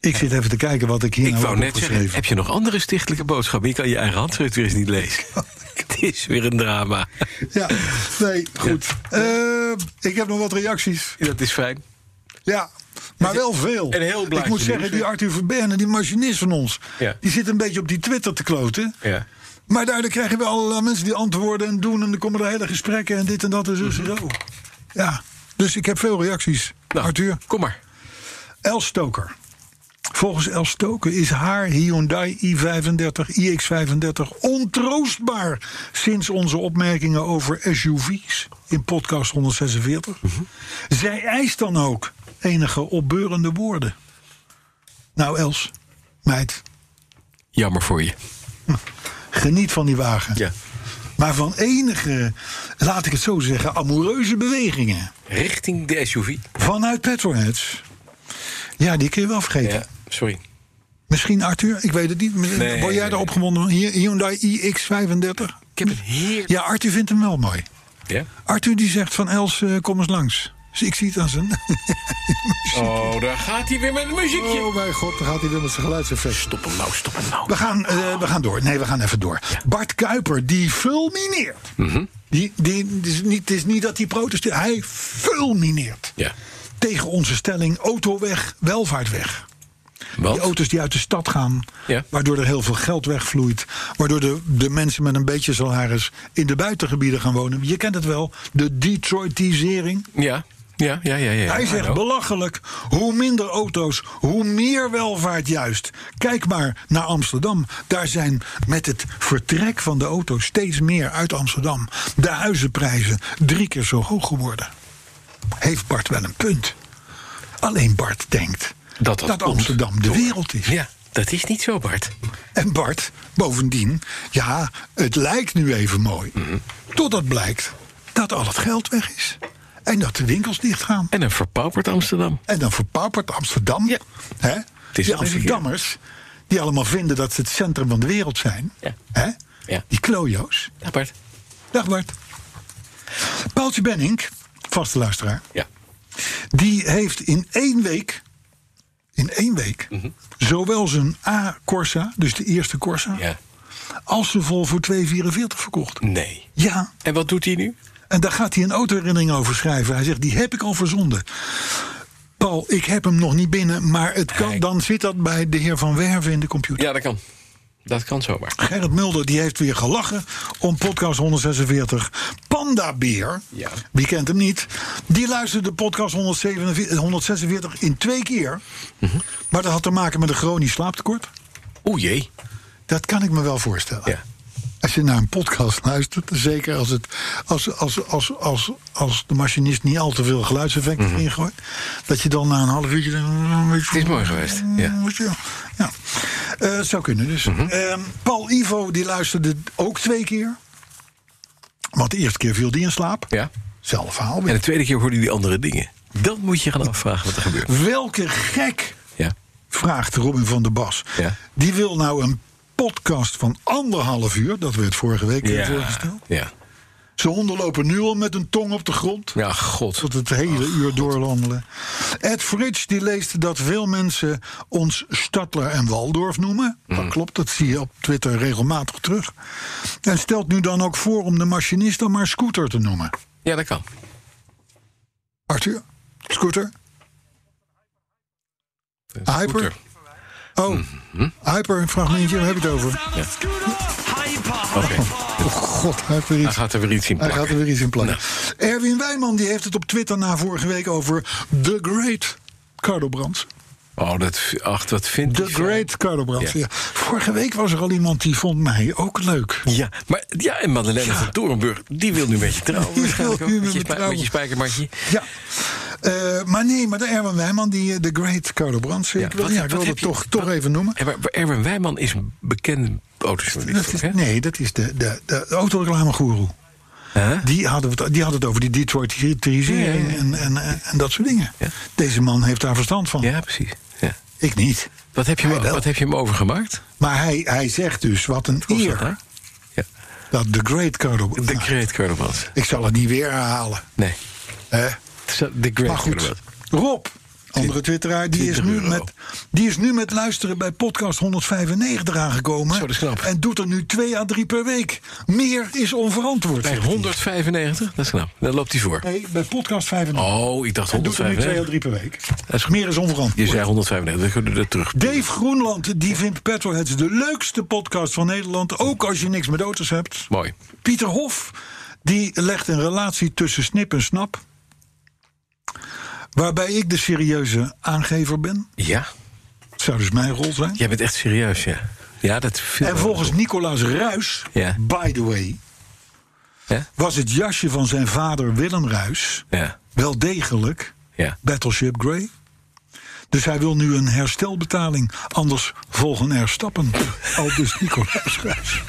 [SPEAKER 2] Ik zit even te kijken wat ik hier
[SPEAKER 3] Ik
[SPEAKER 2] nou
[SPEAKER 3] wou
[SPEAKER 2] heb
[SPEAKER 3] net zeggen,
[SPEAKER 2] opgeschreven.
[SPEAKER 3] heb je nog andere stichtelijke boodschappen? Je kan je eigen handschrift weer eens niet lezen. (laughs) Het is weer een drama.
[SPEAKER 2] Ja, nee, goed. Eh, ik heb nog wat reacties.
[SPEAKER 3] Dat is fijn.
[SPEAKER 2] Ja. Maar wel veel.
[SPEAKER 3] en heel blaadje
[SPEAKER 2] ik moet zeggen,
[SPEAKER 3] nieuws,
[SPEAKER 2] die
[SPEAKER 3] hè?
[SPEAKER 2] Arthur Verberne, die machinist van ons...
[SPEAKER 3] Ja.
[SPEAKER 2] die zit een beetje op die Twitter te kloten.
[SPEAKER 3] Ja.
[SPEAKER 2] Maar daardoor krijgen we allerlei mensen die antwoorden en doen. En dan komen er hele gesprekken en dit en dat en zo. zo. Ja, dus ik heb veel reacties.
[SPEAKER 3] Nou,
[SPEAKER 2] Arthur,
[SPEAKER 3] kom maar.
[SPEAKER 2] El Stoker. Volgens El Stoker is haar Hyundai i35, iX35 ontroostbaar sinds onze opmerkingen over SUV's in podcast 146. Zij eist dan ook enige opbeurende woorden. Nou, Els, meid,
[SPEAKER 3] Jammer voor je.
[SPEAKER 2] geniet van die wagen.
[SPEAKER 3] Ja.
[SPEAKER 2] Maar van enige, laat ik het zo zeggen, amoureuze bewegingen
[SPEAKER 3] Richting de SUV.
[SPEAKER 2] vanuit Petroheads Ja, die kun je wel vergeten.
[SPEAKER 3] Ja, sorry.
[SPEAKER 2] Misschien Arthur, ik weet het niet.
[SPEAKER 3] Nee,
[SPEAKER 2] Word jij
[SPEAKER 3] nee,
[SPEAKER 2] er opgewonden van? Hier, Hyundai iX35?
[SPEAKER 3] Ik heb het heerlijk.
[SPEAKER 2] Ja, Arthur vindt hem wel mooi.
[SPEAKER 3] Ja?
[SPEAKER 2] Arthur die zegt van Els, eh, kom eens langs. Dus ik zie het aan zijn...
[SPEAKER 3] Oh, daar gaat hij weer met een muziekje.
[SPEAKER 2] (laughs) Oh mijn god, dan gaat hij weer met zijn geluidseffect.
[SPEAKER 3] Stop hem nou, stop hem nou.
[SPEAKER 2] We gaan, eh, we gaan door. Nee, we gaan even door. Bart Kuiper, die fulmineert.
[SPEAKER 3] Mhm.
[SPEAKER 2] die, die, het, is niet, het is niet dat hij protesteert. Hij fulmineert.
[SPEAKER 3] Ja.
[SPEAKER 2] Tegen onze stelling auto weg, welvaart weg.
[SPEAKER 3] Want?
[SPEAKER 2] Die auto's die uit de stad gaan,
[SPEAKER 3] Ja.
[SPEAKER 2] waardoor er heel veel geld wegvloeit. Waardoor de, de mensen met een beetje salaris in de buitengebieden gaan wonen. Je kent het wel, de Detroitisering.
[SPEAKER 3] Ja, ja, ja, ja. ja.
[SPEAKER 2] Hij zegt
[SPEAKER 3] Hallo.
[SPEAKER 2] belachelijk, hoe minder auto's, hoe meer welvaart juist. Kijk maar naar Amsterdam. Daar zijn met het vertrek van de auto's steeds meer uit Amsterdam de huizenprijzen drie keer zo hoog geworden. Heeft Bart wel een punt? Alleen Bart denkt
[SPEAKER 3] Dat
[SPEAKER 2] dat,
[SPEAKER 3] dat komt
[SPEAKER 2] Amsterdam de
[SPEAKER 3] door-
[SPEAKER 2] wereld is.
[SPEAKER 3] Ja, dat is niet zo, Bart.
[SPEAKER 2] En Bart, bovendien, ja, het lijkt nu even mooi.
[SPEAKER 3] Mhm.
[SPEAKER 2] Totdat blijkt dat al het geld weg is. En dat de winkels dichtgaan.
[SPEAKER 3] En een verpauperd Amsterdam.
[SPEAKER 2] En dan verpaupert Amsterdam.
[SPEAKER 3] Ja.
[SPEAKER 2] Hè?
[SPEAKER 3] is
[SPEAKER 2] die
[SPEAKER 3] wel eens
[SPEAKER 2] Amsterdammers, die allemaal vinden dat ze het centrum van de wereld zijn.
[SPEAKER 3] Ja.
[SPEAKER 2] Hè?
[SPEAKER 3] Ja.
[SPEAKER 2] Die klojo's.
[SPEAKER 3] Ja, Bart.
[SPEAKER 2] Dag Bart. Paaltje Benink, vaste luisteraar.
[SPEAKER 3] Ja.
[SPEAKER 2] Die heeft in één week... In één week.
[SPEAKER 3] Mhm.
[SPEAKER 2] Zowel zijn A-Corsa, dus de eerste Corsa...
[SPEAKER 3] ja.
[SPEAKER 2] als zijn Volvo 244 verkocht.
[SPEAKER 3] Nee.
[SPEAKER 2] Ja,
[SPEAKER 3] En wat doet hij nu?
[SPEAKER 2] en daar gaat hij een autoherinnering over schrijven. Hij zegt, die heb ik al verzonden. Paul, ik heb hem nog niet binnen, maar het kan,
[SPEAKER 3] Hij-
[SPEAKER 2] dan zit dat bij de heer Van Werven in de computer.
[SPEAKER 3] Ja, dat kan. Dat kan zomaar.
[SPEAKER 2] Gerrit Mulder die heeft weer gelachen om podcast 146. Panda Beer,
[SPEAKER 3] Ja.
[SPEAKER 2] wie kent hem niet, die luisterde podcast 147 146 in twee keer.
[SPEAKER 3] Mhm.
[SPEAKER 2] Maar dat had te maken met een chronisch slaaptekort.
[SPEAKER 3] Oeh jee.
[SPEAKER 2] Dat kan ik me wel voorstellen.
[SPEAKER 3] Ja.
[SPEAKER 2] Als je naar een podcast luistert, zeker als, het, als, als, als, als, als de machinist niet al te veel geluidseffecten ingooit, dat je dan na een half uurtje denkt. mm, weet je
[SPEAKER 3] Mhm. Het is
[SPEAKER 2] wel,
[SPEAKER 3] mooi geweest,
[SPEAKER 2] mm,
[SPEAKER 3] ja. Mhm.
[SPEAKER 2] weet je wel. ja. Eh, het zou kunnen dus. Ehm, Paul Ivo die luisterde ook twee keer. Want de eerste keer viel die in slaap.
[SPEAKER 3] Ja.
[SPEAKER 2] Zelf verhaal
[SPEAKER 3] En
[SPEAKER 2] weer.
[SPEAKER 3] de tweede keer hoorde hij die andere dingen. Dan moet je gaan afvragen wat er gebeurt.
[SPEAKER 2] Welke gek
[SPEAKER 3] Ja.
[SPEAKER 2] vraagt Robin van der Bas.
[SPEAKER 3] Ja.
[SPEAKER 2] Die wil nou een podcast van anderhalf uur. Dat werd vorige week eh, voorgesteld.
[SPEAKER 3] Ja.
[SPEAKER 2] Ze honden lopen nu al met een tong op de grond.
[SPEAKER 3] Ja, Oh, god.
[SPEAKER 2] Tot het hele uur doorlandelen. Ed Fritsch die leest dat veel mensen ons Stadler en Waldorf noemen.
[SPEAKER 3] Mm.
[SPEAKER 2] Dat klopt, dat zie je op Twitter regelmatig terug. En stelt nu dan ook voor om de machinist dan maar Scooter te noemen.
[SPEAKER 3] Ja, dat kan.
[SPEAKER 2] Arthur, Scooter? Hyper? Oh,
[SPEAKER 3] Mhm.
[SPEAKER 2] Hyper, een fragmentje, waar heb je het over?
[SPEAKER 3] Oké.
[SPEAKER 2] Oh god, hij heeft weer
[SPEAKER 3] Hij
[SPEAKER 2] iets
[SPEAKER 3] gaat er weer iets
[SPEAKER 2] Hij
[SPEAKER 3] in plakken.
[SPEAKER 2] gaat er weer iets in plannen. Erwin Wijman die heeft het op Twitter na vorige week over The Great Carlo Brands.
[SPEAKER 3] Oh, dat, ach, wat vindt
[SPEAKER 2] The
[SPEAKER 3] hij zo?
[SPEAKER 2] Great Carlo Brands,
[SPEAKER 3] Ja.
[SPEAKER 2] ja. Vorige week was er al iemand die vond mij ook leuk.
[SPEAKER 3] Ja, maar, ja, en Madeleine van Torenburg, die wil nu met je trouwen.
[SPEAKER 2] (laughs) Die
[SPEAKER 3] waarschijnlijk
[SPEAKER 2] wil
[SPEAKER 3] ook.
[SPEAKER 2] nu
[SPEAKER 3] met,
[SPEAKER 2] met
[SPEAKER 3] je
[SPEAKER 2] me
[SPEAKER 3] spij-
[SPEAKER 2] trouwen.
[SPEAKER 3] met je spijkermatje.
[SPEAKER 2] Ja. Eh, maar nee, maar de Erwin Wijman, die eh, The Great Carlo Brands. ik wil,
[SPEAKER 3] wat-
[SPEAKER 2] ja, ik
[SPEAKER 3] wat
[SPEAKER 2] wil
[SPEAKER 3] heb
[SPEAKER 2] dat
[SPEAKER 3] je-
[SPEAKER 2] toch, toch
[SPEAKER 3] wat-
[SPEAKER 2] even noemen.
[SPEAKER 3] En maar- maar Erwin Wijman is een bekende
[SPEAKER 2] Dat
[SPEAKER 3] autojournalist.
[SPEAKER 2] is,
[SPEAKER 3] hè?
[SPEAKER 2] nee, dat is de, de, de autoreclamegoeroe.
[SPEAKER 3] Hè?
[SPEAKER 2] Die hadden, het, die hadden het over die Detroitisering
[SPEAKER 3] Ja, ja, ja.
[SPEAKER 2] en, en, en, en dat soort dingen.
[SPEAKER 3] Ja.
[SPEAKER 2] Deze man heeft daar verstand van.
[SPEAKER 3] Ja, precies. Ja.
[SPEAKER 2] Ik niet.
[SPEAKER 3] Wat, heb je hem,
[SPEAKER 2] Hij wel.
[SPEAKER 3] wat heb je hem overgemaakt?
[SPEAKER 2] Maar hij, hij zegt dus, wat een
[SPEAKER 3] Was
[SPEAKER 2] eer
[SPEAKER 3] dat daar? Ja.
[SPEAKER 2] dat de Great Carlo...
[SPEAKER 3] De
[SPEAKER 2] Nou,
[SPEAKER 3] Great Carnavals.
[SPEAKER 2] ik zal het niet weer herhalen.
[SPEAKER 3] Nee.
[SPEAKER 2] Hè?
[SPEAKER 3] De
[SPEAKER 2] Maar
[SPEAKER 3] Great
[SPEAKER 2] goed,
[SPEAKER 3] Carnavals.
[SPEAKER 2] Rob, andere twitteraar, die is,
[SPEAKER 3] 20
[SPEAKER 2] nu
[SPEAKER 3] euro.
[SPEAKER 2] met, die is nu met luisteren bij podcast 195 aangekomen.
[SPEAKER 3] Zo, dat is knap.
[SPEAKER 2] En doet er nu twee à drie per week. Meer is onverantwoord.
[SPEAKER 3] Bij
[SPEAKER 2] zegt hij.
[SPEAKER 3] 195, dat is knap. Dan loopt hij voor.
[SPEAKER 2] Nee, bij podcast 95.
[SPEAKER 3] Oh, ik dacht
[SPEAKER 2] En doet er nu twee à
[SPEAKER 3] 195.
[SPEAKER 2] drie per week.
[SPEAKER 3] is goed.
[SPEAKER 2] Meer is onverantwoord.
[SPEAKER 3] Je zei 195, dan kunnen we dat terug.
[SPEAKER 2] Dave Groenland die vindt Petrolheads de leukste podcast van Nederland. Ook als je niks met auto's hebt.
[SPEAKER 3] Mooi.
[SPEAKER 2] Pieter Hof die legt een relatie tussen snip en snap. Waarbij ik de serieuze aangever ben.
[SPEAKER 3] Ja,
[SPEAKER 2] Dat zou dus mijn rol zijn.
[SPEAKER 3] jij bent echt serieus, ja. Ja, dat viel
[SPEAKER 2] En
[SPEAKER 3] me
[SPEAKER 2] volgens
[SPEAKER 3] op.
[SPEAKER 2] Nicolaas Ruis,
[SPEAKER 3] Ja.
[SPEAKER 2] by the way,
[SPEAKER 3] Ja?
[SPEAKER 2] was het jasje van zijn vader Willem Ruis
[SPEAKER 3] Ja,
[SPEAKER 2] wel degelijk
[SPEAKER 3] ja.
[SPEAKER 2] Battleship Grey. Dus hij wil nu een herstelbetaling, anders volgen er
[SPEAKER 3] (laughs)
[SPEAKER 2] stappen. Al dus Nicolaas Ruis.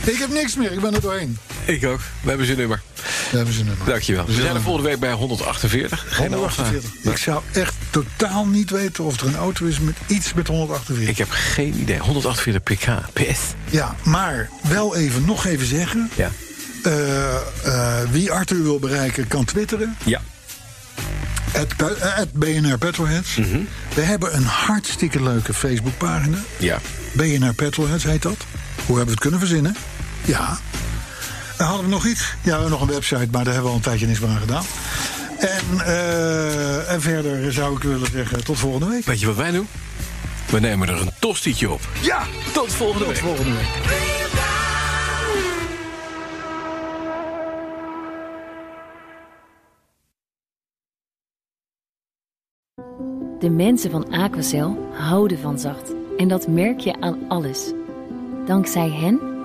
[SPEAKER 2] Ik heb niks meer, ik ben er doorheen.
[SPEAKER 3] Ik ook. We hebben zijn nummer.
[SPEAKER 2] Daar hebben ze een.
[SPEAKER 3] Dankjewel. We zijn er volgende eh. week bij 148. Geen Alfa.
[SPEAKER 2] 148. Ik zou echt totaal niet weten of er een auto is met iets met 148.
[SPEAKER 3] Ik heb geen idee. 148 pk. PS.
[SPEAKER 2] Ja, maar wel even nog even zeggen.
[SPEAKER 3] Ja.
[SPEAKER 2] Eh, eh, wie Arthur wil bereiken kan twitteren.
[SPEAKER 3] Ja.
[SPEAKER 2] Het pe- eh, het BNR Petrolheads. We hebben een hartstikke leuke Facebookpagina.
[SPEAKER 3] Ja.
[SPEAKER 2] BNR Petrolheads heet dat. Hoe hebben we het kunnen verzinnen? Ja. En hadden we nog iets? Ja, we hebben nog een website, maar daar hebben we al een tijdje niks meer aan gedaan. En, eh, en verder zou ik willen zeggen, tot volgende week.
[SPEAKER 3] Weet je wat wij doen? We nemen er een tostietje op.
[SPEAKER 2] Ja,
[SPEAKER 3] Tot volgende
[SPEAKER 2] tot
[SPEAKER 3] week.
[SPEAKER 2] volgende week.
[SPEAKER 5] De mensen van Aquacel houden van zacht. En dat merk je aan alles. Dankzij hen